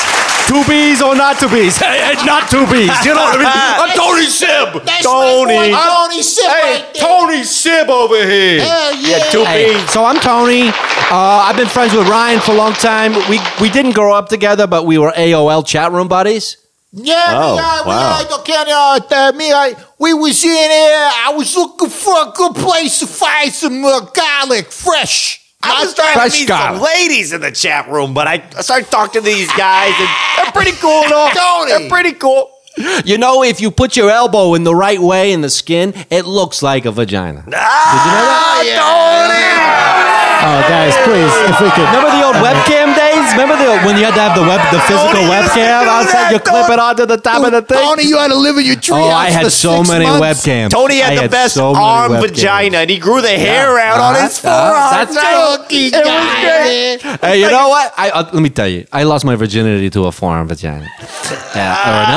S7: Two B's or not two B's? Hey, hey, not two B's. You know what I mean? I'm Tony Sib. Tony.
S8: Tony Sip
S5: Hey, Tony Sib over here.
S8: Hell yeah.
S5: two
S7: Hey,
S5: beans.
S7: so I'm Tony. Uh, I've been friends with Ryan for a long time. We we didn't grow up together, but we were AOL chat room buddies.
S8: Yeah,
S3: Oh,
S8: we are.
S3: wow.
S8: We are. Can, uh, uh, me, I, we was in there. I was looking for a good place to find some uh, garlic fresh.
S3: I was trying to meet some ladies in the chat room, but I I started talking to these guys, and they're pretty cool, though.
S8: Tony.
S3: They're pretty cool.
S7: You know, if you put your elbow in the right way in the skin, it looks like a vagina.
S3: Ah,
S1: Oh, guys, please, if we could.
S7: Remember the old webcam days? Remember the old, when you had to have the web, the physical
S3: Tony used to
S7: webcam
S3: do that,
S7: outside? You clip it onto the top of the thing.
S8: Tony, you had to live in your tree.
S7: oh, I had so many webcams.
S3: Tony had
S7: I
S3: the best
S7: so many
S3: arm
S7: webcams. Uh-huh.
S3: vagina, and he grew the hair out on his forearm.
S7: that's
S8: Lucky guy. man.
S7: Hey, you know what? I, uh, let me tell you, I lost my virginity to a forearm vagina Uh, or an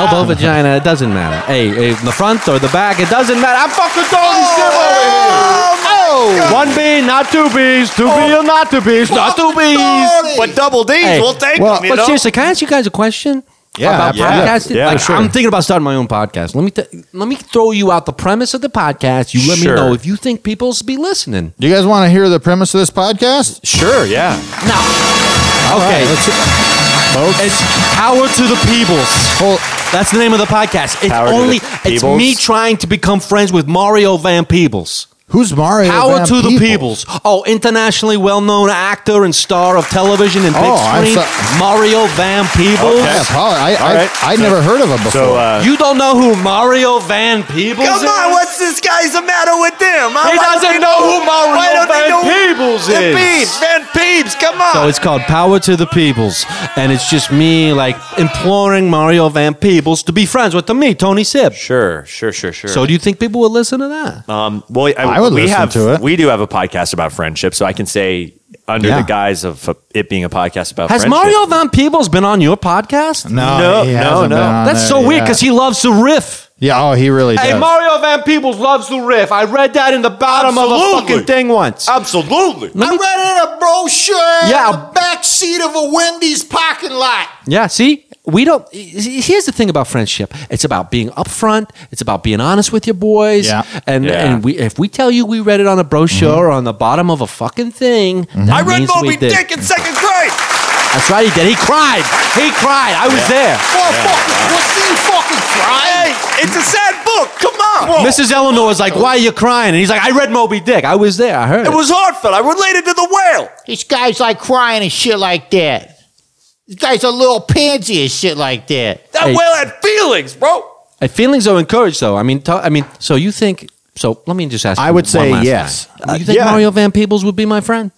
S3: Ah.
S7: elbow vagina. It doesn't matter. Hey, hey, the front or the back, it doesn't matter. I'm fucking Tony
S3: Oh.
S7: Schiff over
S8: Oh,
S7: here. One bee, not two bees. Two bee
S3: Oh.
S7: or not two bees. Not two bees.
S3: but double D's,
S7: Hey,
S3: we'll take
S1: well,
S3: them. You
S7: But
S3: know?
S7: seriously, can I ask you guys a question?
S1: Yeah,
S7: about
S1: absolutely.
S7: podcasting.
S3: Yeah,
S7: Like,
S3: sure.
S7: I'm thinking about starting my own podcast. Let me th- let me throw you out the premise of the podcast. You let
S3: Sure.
S7: me know if you think people's be listening.
S1: Do you guys want to hear the premise of this podcast?
S3: Sure, yeah.
S7: Now, okay,
S1: let's-
S7: it's power to the peoples. That's the name of the podcast. It's
S3: Power to the
S7: only it's
S3: Peebles?
S7: me trying to become friends with Mario Van Peebles.
S1: Who's Mario?
S7: Power
S1: Van
S7: to the peoples. Oh, internationally well-known actor and star of television and big
S1: Oh, I'm
S7: screen,
S1: so-
S7: Mario Van Peebles.
S1: Yeah, Paul, I, I,
S3: right.
S1: I'd never heard of him before.
S3: So, uh,
S7: You don't know who Mario Van Peebles is?
S3: come on, what's this guy's the matter with them?
S7: He doesn't know who Mario Van Peebles is.
S3: Peeps, Van Peeps, come on.
S7: So it's called Power to the Peoples, and it's just me like imploring Mario Van Peebles to be friends with me, Tony Sib.
S3: sure, sure, sure, sure.
S7: So do you think people will listen to that?
S3: Um, well, I,
S1: I would
S3: we
S1: listen
S3: have,
S1: to it.
S3: We do have a podcast about friendship, so I can say under
S1: Yeah.
S3: the guise of uh, it being a podcast about
S7: Has
S3: friendship.
S7: Mario Van Peebles been on your podcast?
S1: no,
S3: no,
S1: he
S3: no,
S1: hasn't
S3: no.
S1: been on
S7: That's
S1: there
S7: so weird
S1: yet.
S7: because he loves to riff.
S1: Yeah, oh, he really does.
S7: Hey, Mario Van Peebles loves to riff. I read that in the bottom of a
S5: Absolutely.
S7: fucking thing once.
S5: Absolutely.
S7: Let
S8: I
S7: me-
S8: read it in a brochure
S7: Yeah.
S8: in the back seat of a Wendy's parking lot.
S7: Yeah, see, we don't. Here's the thing about friendship: it's about being upfront. It's about being honest with your boys.
S1: Yeah. Mm-hmm.
S7: and
S3: Yeah.
S7: and we if we tell you we read it on a brochure or on the bottom of a fucking thing,
S5: I
S7: that
S5: read
S7: means we
S5: Moby
S7: did.
S5: Dick in second grade.
S7: That's right, he did. He cried. He cried. I was there.
S8: Motherfucker, what's he fucking crying?
S5: Hey, it's a sad book. Come on.
S7: Mrs. Eleanor was like, "Why are you crying?" And he's like, "I read Moby Dick. I was there. I heard
S5: It was heartfelt. I related to the whale.
S8: These guys like crying and shit like that. These guys are little pansy and shit like that.
S5: That
S7: Hey.
S5: whale had feelings, bro.
S7: Hey, feelings are encouraged, though. I mean, t- I mean, so you think? So let me just ask.
S1: I
S7: you
S1: would
S7: one
S1: say
S7: last
S1: yes.
S7: time.
S5: Uh,
S7: you think
S3: yeah.
S7: Mario Van Peebles would be my friend?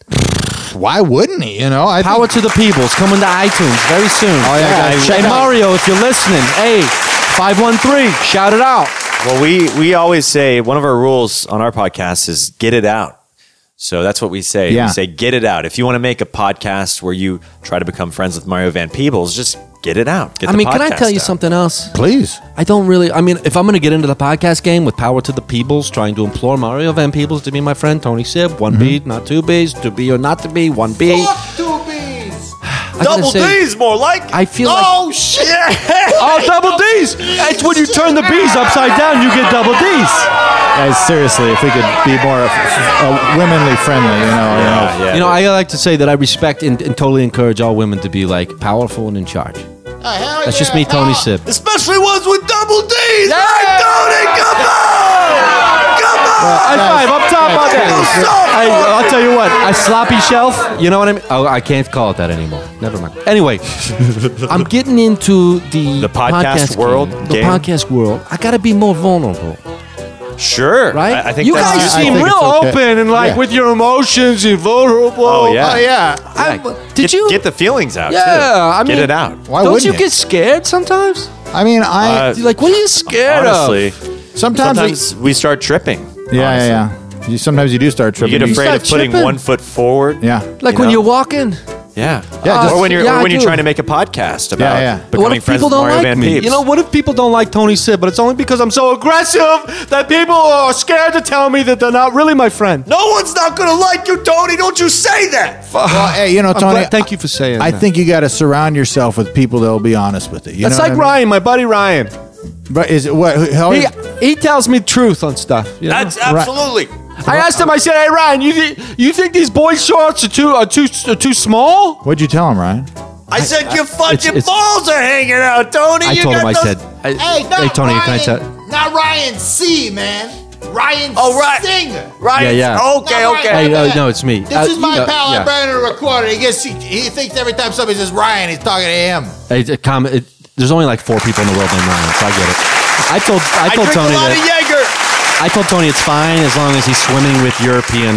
S1: Why wouldn't he? You know, I think-
S7: Power to the Peoples coming to iTunes very soon.
S1: Oh, yeah, guys, check
S7: Hey,
S1: out-
S7: Mario, if you're listening, hey, 513, shout it out.
S3: Well, we we always say one of our rules on our podcast is get it out. So that's what we say.
S1: Yeah.
S3: We say get it out. If you want to make a podcast where you try to become friends with Mario Van Peebles, just get it out. Get
S7: I
S3: the
S7: mean, can I
S3: podcast
S7: tell you
S3: out.
S7: something else?
S1: please.
S7: I don't really, I mean, if I'm going to get into the podcast game with Power to the Peoples, trying to implore Mario Van Peebles to be my friend, Tony Sib,
S1: Mm-hmm.
S7: one B, not two Bs, to be or not to be, one B.
S8: Fuck two bees.
S7: I gotta
S5: Double
S7: say,
S5: D's more like.
S7: I feel like.
S8: Oh shit!
S7: Oh, double D's! It's when you turn the B's upside down, you get double D's.
S1: Guys, seriously, if we could be more uh, womenly friendly, you know.
S3: Yeah, yeah.
S7: You know, I like to say that I respect and, and totally encourage all women to be like powerful and in charge. That's just me, Tony Sib.
S5: Especially ones with double D's. Right, Tony? Come on. Come
S7: High five up top on
S2: Guys,
S7: that.
S2: guys.
S7: I, I'll tell you what, a sloppy shelf. You know what I mean? Oh, I can't call it that anymore. Never mind. Anyway, I'm getting into the
S3: The podcast
S7: game,
S3: world
S7: The
S3: game?
S7: podcast world. I gotta be more vulnerable.
S3: Sure.
S7: Right?
S3: I, I think
S7: You
S3: that's
S7: guys
S3: useful.
S7: seem
S1: think
S7: real
S1: it's okay.
S7: open and like
S1: Yeah.
S7: with your emotions, you're vulnerable.
S3: Oh, yeah.
S1: Oh yeah.
S7: I- did
S3: get,
S7: you?
S3: get the feelings out?
S7: Yeah,
S3: too.
S7: I
S3: get
S7: mean-
S3: it out.
S1: Why
S7: don't
S1: wouldn't
S7: you
S1: you?
S7: get scared sometimes?
S1: I mean, I
S3: Uh,
S7: You're like, what are you scared
S3: Honestly,
S1: sometimes, we-
S3: sometimes we start tripping.
S1: yeah, yeah, yeah. You, sometimes you do start
S3: You
S1: tripping.
S3: get
S1: You-
S3: afraid
S7: start
S3: of putting
S7: tripping.
S3: one foot forward.
S1: Yeah.
S7: of? Like
S3: You
S7: when
S3: know?
S7: you're walking.
S3: Yeah.
S1: Yeah, just-
S3: or when you're
S7: yeah,
S3: or
S7: I
S3: when you're
S7: do.
S3: trying to make a podcast about
S1: yeah.
S3: becoming
S7: what if
S3: friends
S7: people
S3: with
S7: don't
S3: Mario
S7: like
S3: Van
S7: me?
S3: Peeps.
S7: You know, what if people don't like Tony Sid? But it's only because I'm so aggressive that people are scared to tell me that they're not really my friend.
S3: no one's not gonna like you, Tony. Don't you say that.
S1: Well, hey, you know,
S7: I'm
S1: Tony.
S7: glad- thank you for saying
S1: I
S7: that.
S1: think you got to surround yourself with people that'll be honest with you. you
S7: That's
S1: know
S7: like
S1: what I
S7: Ryan, my buddy Ryan.
S1: mean? But is it what? Who, how
S7: He,
S1: is,
S7: he tells me truth on stuff. you know?
S3: That's absolutely.
S7: I asked him. I said, "Hey Ryan, you thi- you think these boy shorts are too are too are too small?"
S1: what'd you tell him, Ryan?
S3: I said your
S7: it's-
S3: fucking
S7: it's-
S3: balls are hanging out, Tony. you got those-
S7: I,
S8: Hey, not Ryan, not Ryan C, man. Ryan
S3: Oh, right.
S8: Singer.
S3: Right.
S7: Yeah, yeah.
S3: Okay.
S8: Not
S3: Okay.
S8: right.
S7: Hey, uh, no, it's me.
S8: This is my pal, yeah. Brandon the recorder. He gets he, he thinks every time somebody says Ryan, he's talking to him.
S7: there's only like four people in the world named Ryan, so I get it. I told I
S3: I
S7: told
S3: drink
S7: Tony
S3: a lot
S7: that
S3: of Jaeger.
S7: I told Tony it's fine as long as he's swimming with European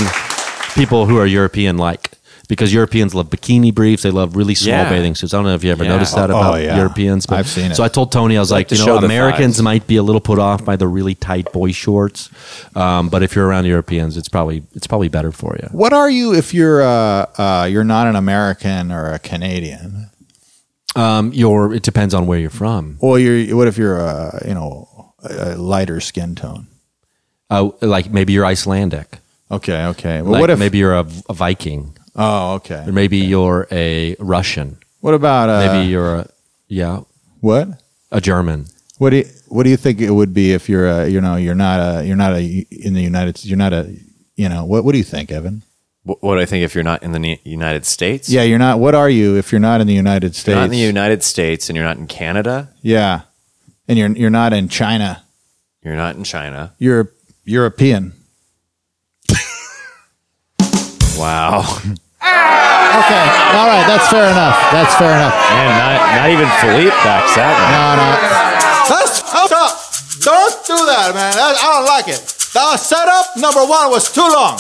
S7: people who are European like. Because Europeans love bikini briefs, they love really small
S3: Yeah.
S7: bathing suits. I don't know if you ever
S3: Yeah.
S7: noticed that
S1: Oh,
S7: about
S1: yeah.
S7: Europeans, but
S1: I've seen it.
S7: so I told Tony I was like,
S3: to
S7: you
S3: show
S7: know,
S3: their
S7: Americans
S3: thighs.
S7: might be a little put off by the really tight boy shorts, um, but if you're around Europeans, it's probably it's probably better for you.
S1: What are you if you're uh, uh, you're not an American or a Canadian?
S7: Um, your it depends on where you're from.
S1: Or you're what if you're uh, you know a a lighter skin tone?
S7: Uh, like maybe you're Icelandic.
S1: Okay, okay. Well,
S7: Like
S1: what if
S7: maybe you're a, a Viking,
S1: Oh, okay.
S7: or maybe you're a Russian.
S1: What about uh,
S7: Maybe you're a yeah
S1: what?
S7: a German.
S1: What do you, what do you think it would be if you're uh, you know you're not a you're not a in the United you're not a you know what what do you think Evan?
S3: What, what do I think if you're not in the Ni- United States?
S1: Yeah, you're not. What are you if you're not in the United
S3: If
S1: States?
S3: you're not in the United States and you're not in Canada.
S1: yeah, and you're you're not in China.
S3: You're not in China.
S1: You're European.
S3: Wow.
S1: Okay, all right, that's fair enough. That's fair enough.
S3: Man, not, not even Philippe backs that
S1: No, no.
S8: That's fucked up. Don't do that, man. That, I don't like it. The setup number one was too long.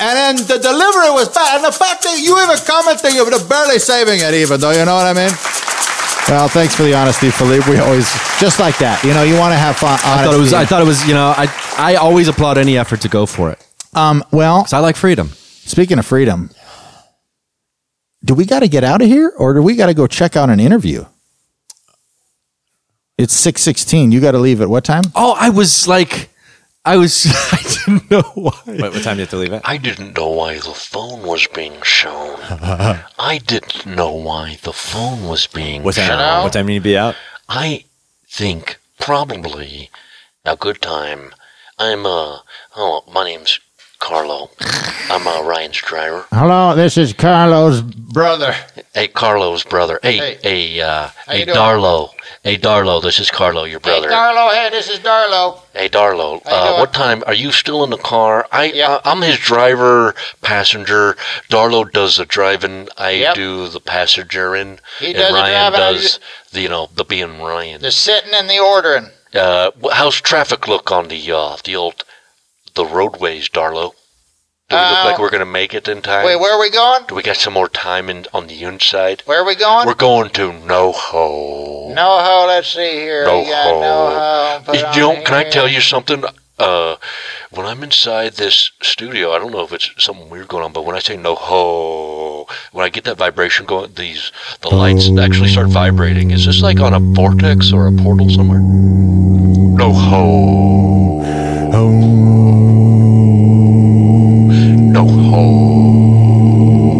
S8: And then the delivery was bad. And the fact that you even commenting, you're barely saving it, even though you know what I mean.
S1: Well, thanks for the honesty, Philippe. We always just like that. You know, you want to have fun. Honesty.
S7: I thought it was. I thought it was. You know, I I always applaud any effort to go for it.
S1: um. Well,
S7: Cause I like freedom.
S1: speaking of freedom, do we got to get out of here, or do we got to go check out an interview? It's six sixteen. You got to leave at what time?
S7: Oh, I was like, I was. I didn't know why.
S3: out. What, what time do you have to leave it?
S12: I didn't know why the phone was being shown. I didn't know why the phone was being
S3: What
S12: shown.
S3: time? What time do you need to be out?
S12: I think probably a good time. I'm uh oh my name's Carlo. I'm uh, Ryan's driver.
S1: Hello, this is Carlos.
S8: Brother,
S12: Hey Carlo's brother. Hey hey, uh hey
S8: you doing?
S12: Darlo. Hey Darlo, this is Carlo, your brother.
S8: Darlo. Hey, this is Darlo.
S12: Hey Darlo,
S8: you
S12: uh,
S8: doing?
S12: what time are you still in the car? I
S8: Yeah.
S12: uh, I'm his driver, passenger. Darlo does the driving. I
S8: Yep.
S12: do the passengering.
S8: He
S12: and
S8: does the
S12: Ryan
S8: driving, I
S12: does the you know the being Ryan.
S8: sitting and the ordering.
S12: Uh, wh- how's traffic look on the uh, the old the roadways, Darlo? Do we
S8: Uh,
S12: look like we're gonna make it in time?
S8: where are we going?
S12: Do we got some more time in, on the inside?
S8: Where are we going?
S12: We're going to NoHo.
S8: No ho, let's see here.
S12: No
S8: you got
S12: ho.
S8: no ho. Put
S12: You
S8: on
S12: don't- can I
S8: here.
S12: tell you something? Uh, when I'm inside this studio, I don't know if it's something weird going on, but when I say no ho, when I get that vibration going, these the lights actually start vibrating. Is this like on a vortex or a portal somewhere? No ho.
S1: Oh.
S12: No ho.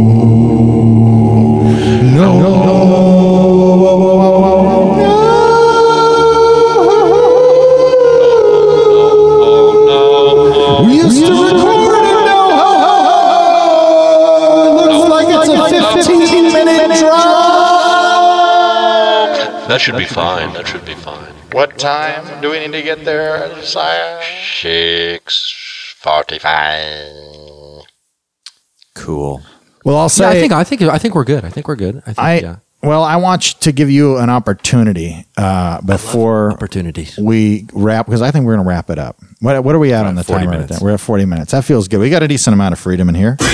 S7: Oh,
S1: We used to record it now. Ho, ho, ho, ho. It looks like it's a 15 minute drive.
S12: That should be fine. That should be fine.
S4: What time do we need to get there, Josiah? Six forty-five.
S3: Cool.
S1: Well, I'll say.
S7: Yeah, I think I think I think we're good. I think we're good. I think
S1: I
S7: yeah.
S1: well, I want to give you an opportunity uh, before
S7: opportunities.
S1: we wrap because I think we're going to wrap it up. What, what are we at on the
S3: 40
S1: timer?
S3: minutes.
S1: Right we're at forty minutes. That feels good. We got a decent amount of freedom in here. You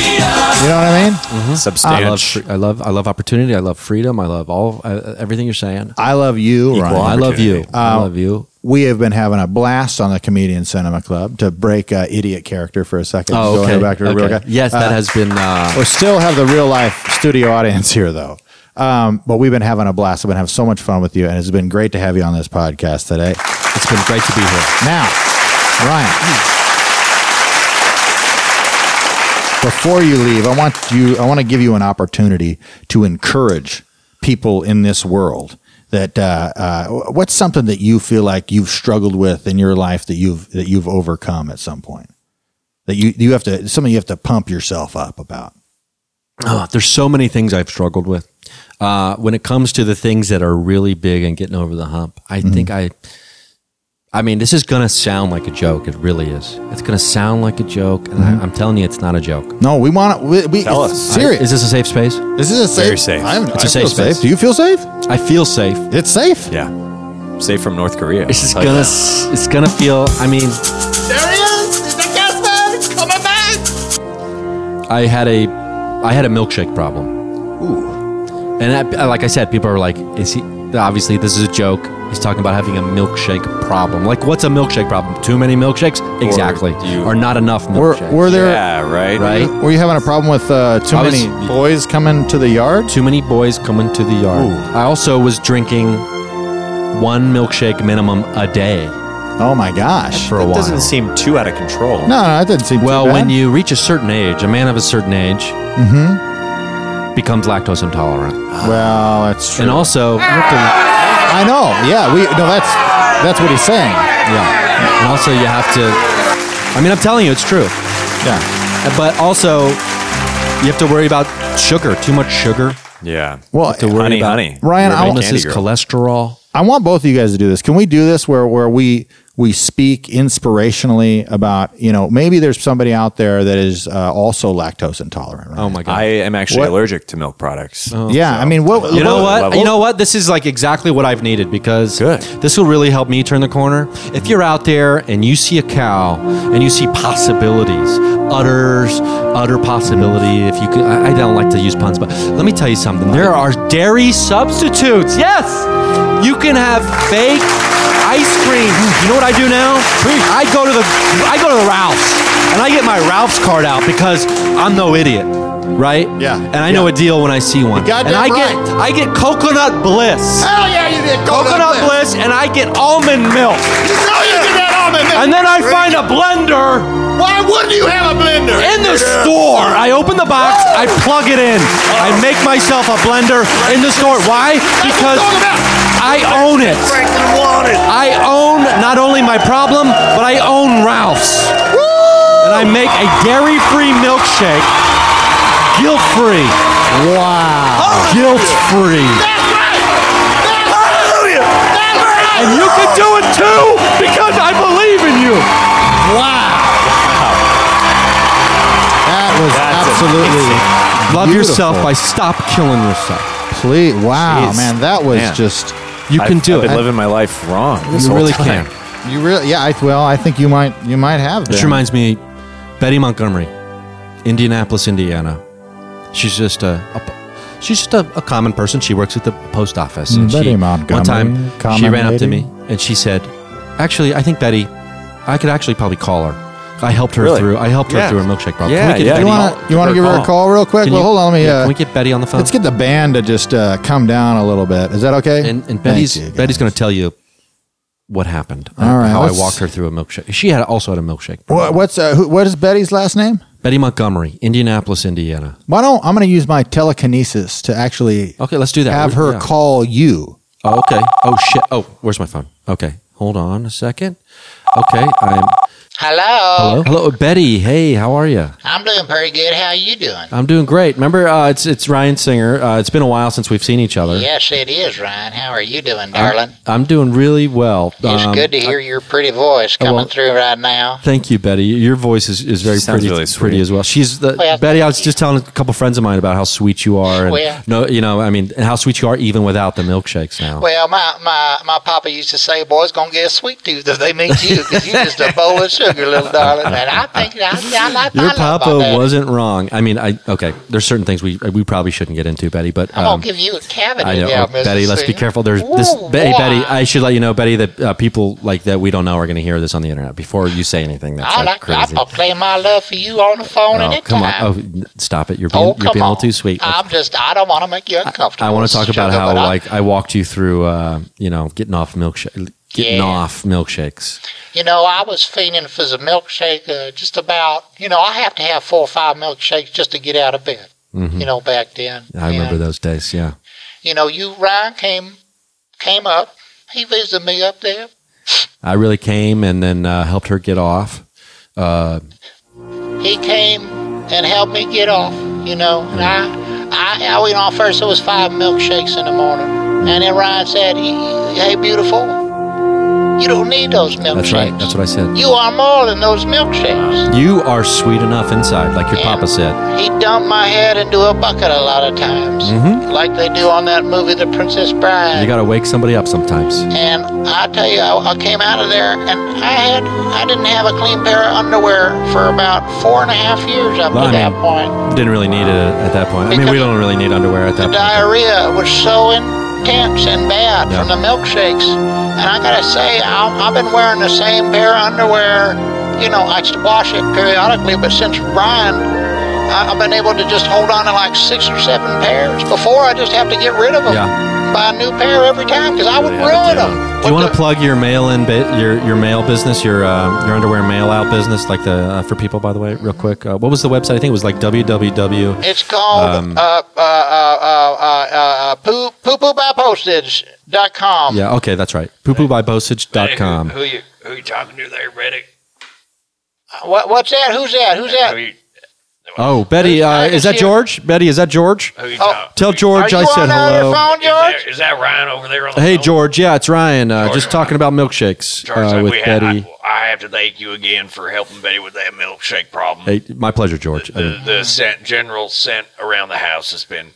S1: know what I mean?
S7: Mm-hmm. I love,
S3: Substantial.
S7: free- I love I love opportunity. I love freedom. I love all uh, everything you're saying.
S1: I love you, Ryan. Uh,
S7: I love you. I love you.
S1: We have been having a blast on the Comedian Cinema Club to break uh, idiot character for a second.
S7: Oh,
S1: Go
S7: okay.
S1: back to the real
S7: Okay.
S1: guy.
S7: Yes, that has been. Uh,
S1: We still have the real life studio audience here, though. Um, but we've been having a blast. I've been having so much fun with you, and it's been great to have you on this podcast today.
S7: it's been great to be here.
S1: Now, Ryan, before you leave, I want you. I want to give you an opportunity to encourage people in this world. That uh, uh, what's something that you feel like you've struggled with in your life that you've that you've overcome at some point. That you you have to something you have to pump yourself up about.
S7: Oh, there's so many things I've struggled with. Uh, when it comes to the things that are really big and getting over the hump, I
S1: Mm-hmm.
S7: think I, I mean, this is gonna sound like a joke. It really is. It's gonna sound like a joke, and
S1: Mm-hmm.
S7: I, I'm telling you, it's not a joke.
S1: No, we want to. We, we,
S3: Tell
S1: it's
S3: us.
S1: serious.
S7: Is this a safe space?
S1: this is a safe.
S3: Very safe.
S1: I'm,
S7: It's
S1: I
S7: a safe
S1: feel
S7: space.
S1: Do you feel safe?
S7: I feel safe.
S1: It's safe.
S3: Yeah. Safe from North Korea.
S7: It's just
S3: I'll tell you
S7: gonna.
S3: that.
S7: s- It's gonna feel. I mean,
S8: There he is! It's the gas man! Coming back!
S7: I had a, I had a milkshake problem. Ooh. And I, like I said, people are like, is he? Obviously, this is a joke. He's talking about having a milkshake problem. Like, what's a milkshake problem? Too many milkshakes? Exactly.
S3: do you-
S7: or not enough
S1: Were,
S7: milkshakes?
S1: were there?
S3: Yeah, right?
S7: right?
S1: Were you having a problem with uh, too
S7: I was-
S1: many boys coming to the yard?
S7: Too many boys coming to the yard. I also was drinking one milkshake minimum a day
S1: Oh my gosh!
S7: for a
S3: That
S7: while.
S3: doesn't seem too out of control.
S1: No, no, it didn't seem. too
S7: well,
S1: bad.
S7: when you reach a certain age, a man of a certain age
S1: Mm-hmm.
S7: becomes lactose intolerant,
S1: well, that's true.
S7: and also. you have to-
S1: I know. Yeah, we no. That's that's what he's saying.
S7: Yeah. And also, you have to. I mean, I'm telling you, it's true. Uh,
S1: Yeah.
S7: But also, you have to worry about sugar, too much sugar.
S3: Yeah.
S1: Well,
S7: To worry
S3: honey,
S7: about
S3: honey.
S1: Ryan,
S3: You're a
S1: I-
S3: big
S7: Illness
S3: candy
S7: is
S3: girl.
S7: cholesterol.
S1: I want both of you guys to do this. Can we do this where where we we speak inspirationally about you know maybe there's somebody out there that is uh, also lactose intolerant. Right?
S7: Oh my god.
S3: I am actually
S1: What?
S3: allergic to milk products.
S1: yeah, I mean, what
S7: you know
S3: Level-
S7: what?
S3: level.
S7: You know what? This is like exactly what I've needed because
S3: Good.
S7: this will really help me turn the corner. If you're out there and you see a cow and you see possibilities, utters, utter possibility. If you could, I, I don't like to use puns, but let me tell you something. There are dairy substitutes. Yes, you can have fake ice cream. You know what I do now? I go to the I go to the Ralphs and I get my Ralphs card out because I'm no idiot, right?
S8: Yeah.
S7: And I know a deal when I see one.
S8: goddamn
S7: and I
S8: right.
S7: get I get coconut bliss.
S8: Hell Oh, yeah, you did!
S7: Coconut bliss and I get almond milk.
S8: You know you did that almond milk!
S7: And then I find a blender
S8: Why wouldn't you have a blender?
S7: in the store. I open the box, I plug it in. I make myself a blender in the store. Why? Because I own it. I own not only my problem, but I own Ralph's. And I make a dairy-free milkshake. Guilt-free. Wow. Guilt-free. And you can do it too because I believe in you.
S1: That was absolutely
S7: Love yourself
S1: beautiful.
S7: by stop killing yourself.
S1: Please, wow,
S3: Jeez.
S1: man, that was
S3: Man.
S1: just
S7: You
S3: I've-
S7: can do
S3: I've
S7: it.
S3: been living my life wrong. this
S7: you
S3: whole
S7: really
S3: time.
S7: can.
S1: you really. Yeah, I, well, I think you might you might have.
S7: This
S1: been.
S7: reminds me, Betty Montgomery, Indianapolis, Indiana. She's just a, a- she's just a, a common person. She works at the post office. and
S1: Betty
S7: she,
S1: Montgomery,
S7: One time, she
S1: common
S7: ran up to
S1: lady.
S7: me and she said, "Actually, I think Betty, I could actually probably call her. I helped her
S3: Really?
S7: through. I helped
S3: Yeah.
S7: her through her milkshake problem.
S3: Yeah,
S7: can we get
S3: yeah.
S7: Betty,
S1: You
S3: Give
S1: want to you want to give her a call real quick?
S7: Can
S1: well,
S7: you-
S1: hold on, let me.
S7: yeah,
S1: uh,
S7: can we get Betty on the phone?
S1: Let's get the band to just uh, come down a little bit. Is that okay?
S7: and, and
S1: Thank
S7: Betty's
S1: you, guys.
S7: Betty's going to tell you what happened. uh,
S1: All right,
S7: how I
S1: let's-
S7: walked her through a milkshake. She had also had a milkshake.
S1: What, what's uh, who, what is Betty's last name?
S7: Betty Montgomery, Indianapolis, Indiana.
S1: Why don't I'm going to use my telekinesis to actually
S7: Okay, let's do that.
S1: have
S7: We're-
S1: her
S7: yeah.
S1: call you.
S7: Oh, okay. Oh shit. Oh, where's my phone? Okay, hold on a second. Okay, I'm.
S13: Hello.
S7: Hello, Betty. Hey, how are you?
S13: I'm doing pretty good. How you doing?
S7: I'm doing great. Remember, uh, it's it's Ryan Singer. Uh, it's been a while since we've seen each other.
S13: Yes, it is, Ryan. How are you doing, darling?
S7: I'm doing really well.
S13: it's
S7: Um,
S13: good to hear your pretty voice coming
S7: well-
S13: through right now.
S7: Thank you, Betty. Your voice is, is very
S11: Sounds
S7: pretty,
S11: really
S7: pretty
S11: sweet.
S7: as well. She's the
S13: Well,
S7: Betty. I was
S13: thank
S7: just telling a couple friends of mine about how sweet you are, and
S13: Well-
S7: no, you know, I mean, and how sweet you are even without the milkshakes now.
S13: Well, my, my, my papa used to say, boys going to get a sweet tooth if they meet you because you're just a bowl of sugar, little darling. And I think I, I like I
S7: Your
S13: like my
S7: papa
S13: daddy.
S7: wasn't wrong. I mean, I okay. There's certain things we we probably shshouldn't get into, Betty. But
S13: I'm
S7: um,
S13: going to give you a cavity
S7: I know,
S13: now,
S7: oh, Betty.
S13: Mrs.
S7: Let's be
S13: Singer.
S7: careful. There's this,
S13: Ooh,
S7: Betty.
S13: boy.
S7: Betty, I should let you know, Betty, that uh, people like that we don't know are going to hear this on the internet before you say anything. That's
S13: I
S7: like
S13: like
S7: crazy.
S13: I'll play my love for you on the phone
S7: oh,
S13: anytime.
S7: come on. Oh, n- stop it. You're being,
S13: Oh,
S7: you're
S13: come
S7: being a
S13: on.
S7: little too sweet.
S13: I'm just, I don't want to make you uncomfortable.
S7: I want to talk about
S13: sugar,
S7: how
S13: but I-
S7: like I walked you through, uh, you know, getting off milkshake, getting
S13: Yeah.
S7: off milkshakes.
S13: You know, I was fiending for the milkshake uh, just about, you know, I have to have four or five milkshakes just to get out of bed,
S7: hmm
S13: you know, back then.
S7: I remember
S13: And,
S7: those days. Yeah.
S13: You know, you, Ryan, came came up. He visited me up there.
S7: I really came and then uh, helped her get off. Uh,
S13: He came and helped me get off, you know. And I, I, I went off first. It was five milkshakes in the morning. And then Ryan said, hey, beautiful, you don't need those milkshakes.
S7: that's right. That's what I said.
S13: You are more than those milkshakes.
S7: You are sweet enough inside, like your
S13: Yeah.
S7: papa said.
S13: He dumped my head into a bucket a lot of times,
S7: Mhm.
S13: like they do on that movie, The Princess
S7: You
S13: Bride.
S7: got to wake somebody up sometimes.
S13: and I tell you, I, I came out of there, and I had I didn't have a clean pair of underwear for about four and a half years up
S7: Well, I
S13: to that
S7: mean,
S13: point.
S7: Didn't really need it at that point. I mean, we don't really need underwear at
S13: The
S7: that point.
S13: diarrhea was so intense and bad
S7: Yeah.
S13: from the milkshakes, and I gotta say, I, I've been wearing the same pair of underwear. You know, I just wash it periodically, but since Brian. I- I've been able to just hold on to like six or seven pairs. Before, I just have to get rid of them.
S7: Yeah.
S13: buy a new pair every time because I would
S11: Really had
S13: ruin
S11: to do
S13: them.
S7: Do you want to plug your mail in bit, your your mail business, your um, your underwear mail out business, like the uh, for people, by the way, real quick. Uh, what was the website? I think it was like www.
S13: It's called
S7: Um,
S13: uh, uh, uh, uh, uh, uh, poo poo poo by postage dot com.
S7: Yeah, okay, that's right. poopoobypostage.com.
S12: Who, you who you talking to there, Reddick?
S13: What, what's that? Who's that? Who's
S12: Who
S13: that?
S12: you,
S7: Oh, Betty, uh,
S13: I can
S7: is that
S13: see it.
S7: George? Betty, is that George?
S12: who you
S13: Oh,
S12: talk-
S7: Tell
S13: Are
S7: George
S13: you
S7: I said
S13: on the other
S7: hello.
S13: phone,
S12: Is,
S13: George?
S12: there, is that Ryan over there on the
S7: Hey,
S12: phone?
S7: George. Yeah, it's Ryan. Uh,
S12: George.
S7: just talking about milkshakes
S12: George,
S7: uh,
S12: we
S7: with
S12: had-
S7: Betty.
S12: I, I have to thank you again for helping Betty with that milkshake problem.
S7: Hey, my pleasure, George. Uh, I
S12: the
S7: mean,
S13: Mm-hmm.
S12: the scent, general scent around the house has been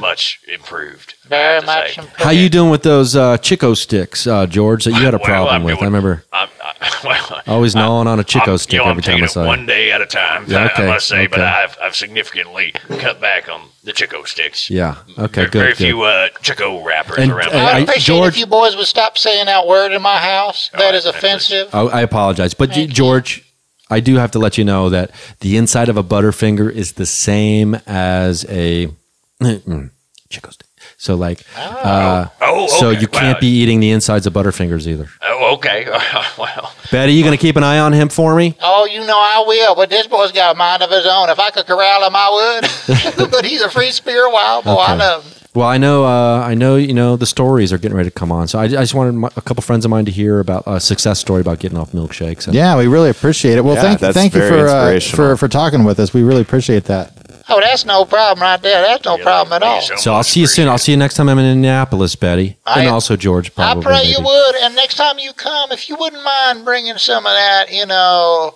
S12: much improved. I have
S13: Mm-hmm. Very
S12: to
S13: much.
S12: say.
S7: how you doing with those uh, Chico sticks, uh, George? That you had a
S12: Well,
S7: problem
S12: I'm
S7: with? I
S12: doing-
S7: remember
S12: I'm, I, well,
S7: always
S12: I'm-
S7: gnawing on a Chico
S12: I'm-
S7: stick
S12: you know, I'm
S7: every time
S12: taking
S7: I
S12: it
S7: saw
S12: One day at a time,
S7: Yeah,
S12: I-
S7: okay,
S12: I must say, but
S7: okay.
S12: I've, I've significantly cut back on the Chico sticks. Mm,
S7: Yeah. Okay.
S12: Very,
S7: Good.
S12: very
S7: good.
S12: few uh, Chico wrappers
S7: And-
S12: around.
S7: and
S12: the
S13: I
S7: I-
S13: would appreciate
S7: George-
S13: if you boys would stop saying that word in my house. That
S12: Oh,
S13: is
S12: I- I-
S13: offensive.
S7: Oh, I apologize, but
S13: Thank you.
S7: George, I do have to let you know that the inside of a Butterfinger is the same as a mm, Chico stick. So, like, uh,
S12: Ah, Oh, okay.
S7: so you can't
S12: Wow.
S7: be eating the insides of Butterfingers either.
S12: Oh, okay. well,
S7: Betty, you going to keep an eye on him for me?
S13: Oh, you know I will, but this boy's got a mind of his own. If I could corral him, I would. but he's a free spirit wild boy. I
S7: Okay.
S13: love him.
S7: Well, I know, uh, I know, you know, the stories are getting ready to come on. So I, I just wanted my, a couple friends of mine to hear about a success story about getting off milkshakes. And
S1: Yeah, we really appreciate it. Well,
S11: Yeah,
S1: thank
S11: that's
S1: thank you
S11: very
S1: for uh,
S11: inspirational.
S1: for for talking with us. We really appreciate that.
S13: Oh, that's no problem right there. That's no problem at all.
S12: so
S7: So I'll
S12: much
S7: see you soon. I'll see you next time I'm in Indianapolis, Betty,
S13: I-
S7: and also George. Probably,
S13: I pray you
S7: maybe.
S13: would. And next time you come, if you wouldn't mind bringing some of that, you know,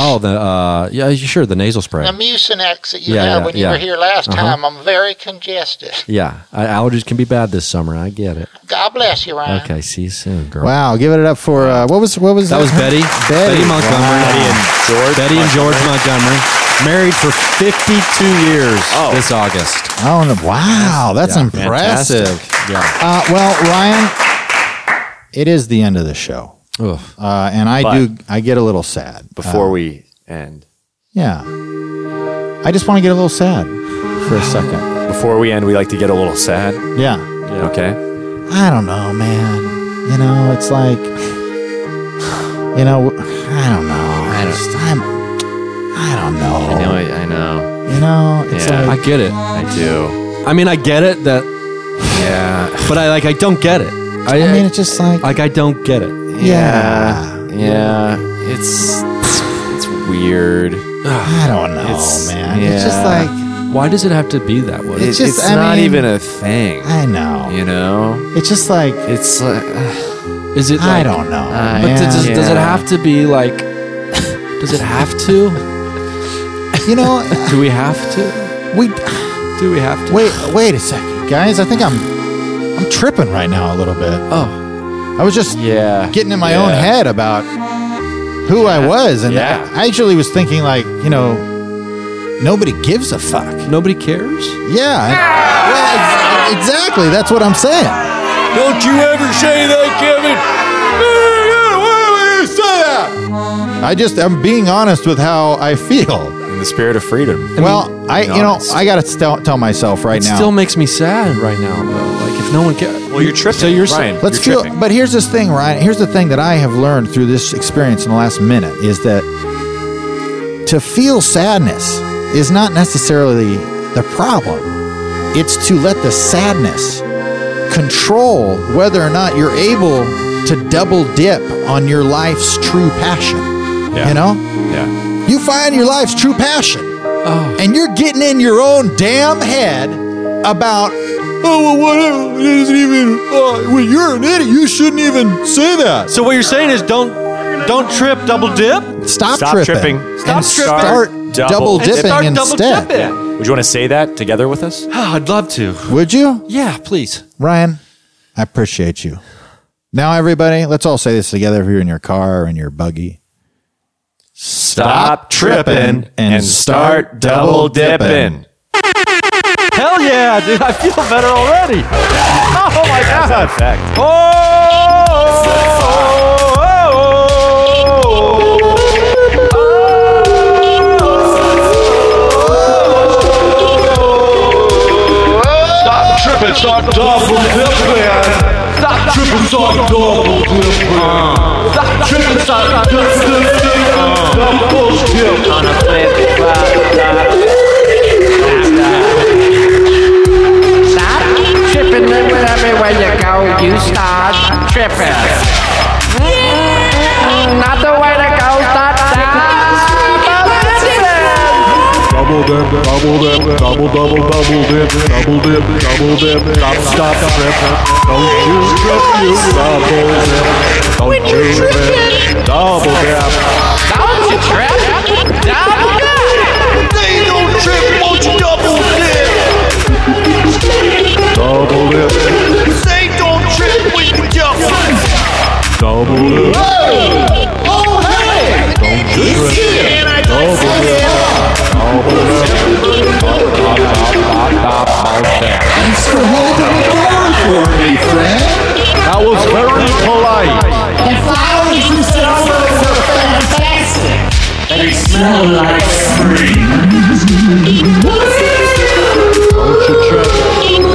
S7: Oh, the uh, yeah, sure, the nasal spray.
S13: the Mucinex that you
S7: Yeah,
S13: had
S7: yeah,
S13: when you
S7: yeah.
S13: were here last
S7: Uh-huh.
S13: time. I'm very congested.
S7: Yeah, uh, allergies can be bad this summer. I get it.
S13: God bless you, Ryan.
S7: Okay, see you soon, girl.
S1: Wow, give it up for uh, what was what was
S7: That was Betty. Betty Montgomery. Betty and
S11: George.
S7: Betty and George Montgomery, married for 52 years
S11: Oh.
S7: this August.
S1: Oh, no- wow, that's
S7: Yeah,
S1: impressive.
S7: Yeah.
S1: Uh, well, Ryan, it is the end of the show, uh, and I
S11: But-
S1: do I get a little sad
S11: Before
S1: Uh,
S11: we end,
S1: yeah, I just want to get a little sad for a second.
S11: before we end, we like to get a little sad.
S1: Yeah.
S11: Okay.
S1: I don't know, man. You know, it's like, you know, I don't know. I just, I'm, I don't know.
S3: I know, I know,
S1: You know, it's
S3: Yeah.
S1: like,
S7: I get it.
S11: I do.
S7: I mean, I get it that,
S11: Yeah.
S7: but I like, I don't get it. I,
S1: I mean, it's just like,
S7: like, I don't get it.
S1: yeah.
S11: Yeah.
S3: It's it's, it's weird.
S1: I don't know, man. It's just
S3: yeah.
S1: like
S11: Why does it have to be that way?
S3: It- It's,
S1: just- I
S3: not
S1: mean-
S3: even a thing.
S1: I know.
S3: You know,
S1: It's just like
S3: it's like
S11: Is it?
S1: I
S11: like-
S1: don't know.
S11: But
S1: man.
S11: does, does it
S3: yeah.
S11: have to be like? Does it have to?
S1: you know,
S11: Do we have to?
S1: we
S11: Do we have to?
S1: wait. Wait a second, guys. I think I'm I'm tripping right now a little bit.
S11: Oh,
S1: I was just
S3: yeah,
S1: getting in my
S3: yeah.
S1: own head about who I was, and
S3: Yeah.
S1: I actually was thinking like, you know, nobody gives a fuck.
S11: nobody cares.
S1: Yeah. I- well, ex- exactly. That's what I'm saying.
S5: Don't you ever say that, Kevin.
S1: I just I'm being honest with how I feel.
S3: In the spirit of freedom.
S1: well, I you know
S3: honest.
S1: I gotta st- tell myself right
S11: It
S1: now.
S11: still makes me sad right now, though. Like if no one cares.
S3: Well, you're tripping. So
S11: you're s-
S3: Ryan,
S1: Let's
S3: you're
S1: feel.
S3: tripping.
S1: But here's this thing, Ryan. Here's the thing that I have learned through this experience in the last minute is that to feel sadness is not necessarily the problem. It's to let the sadness control whether or not you're able to double dip on your life's true passion. You know,
S3: Yeah. Oh.
S1: you find your life's true passion, and you're getting in your own damn head about oh well, whatever. It isn't even. Uh, well, you're an idiot. You shouldn't even say that.
S7: So what you're saying is don't don't trip, double dip.
S1: Stop,
S3: Stop
S1: tripping.
S3: tripping.
S1: and
S3: Stop tripping.
S1: Start
S3: Start
S1: double
S3: double-
S1: dipping
S3: and
S7: start double
S1: instead.
S7: dipping.
S3: Would you want to say that together with us?
S7: Ah, I'd love to.
S1: Would you,
S7: Yeah, please.
S1: Ryan? I appreciate you. Now, everybody, let's all say this together. If you're in your car or in your buggy,
S3: Stop
S1: tripping and start double dipping.
S7: Hell yeah, dude. I feel better already. Oh my god.
S3: Fact.
S7: Oh, oh, oh,
S12: Stop tripping, stop double dipping. Stop tripping, stop double dipping. Stop tripping, stop double dipping. Double dip.
S14: Stop tripping and everywhere you go, you start tripping. Mm-mm-mm-mm, Not the way to go, stop that.
S5: Double dip, double dip, double, double, double dip, double dip, double dip, stop, stop, trip. Don't you trip, you double dip. Don't you trip, double dip.
S12: They don't trip, won't you double dip?
S5: Double dip,
S12: They don't trip when you double dip.
S5: double dip.
S12: Oh, hey!
S5: Don't you trip, double dip. Double dip, stop, stop, stop, stop, stop, stop.
S8: Thanks for holding the door for me, friend.
S5: That was very polite.
S14: The flowers you sent over were fantastic. They smell like spring.
S5: Don't you trip,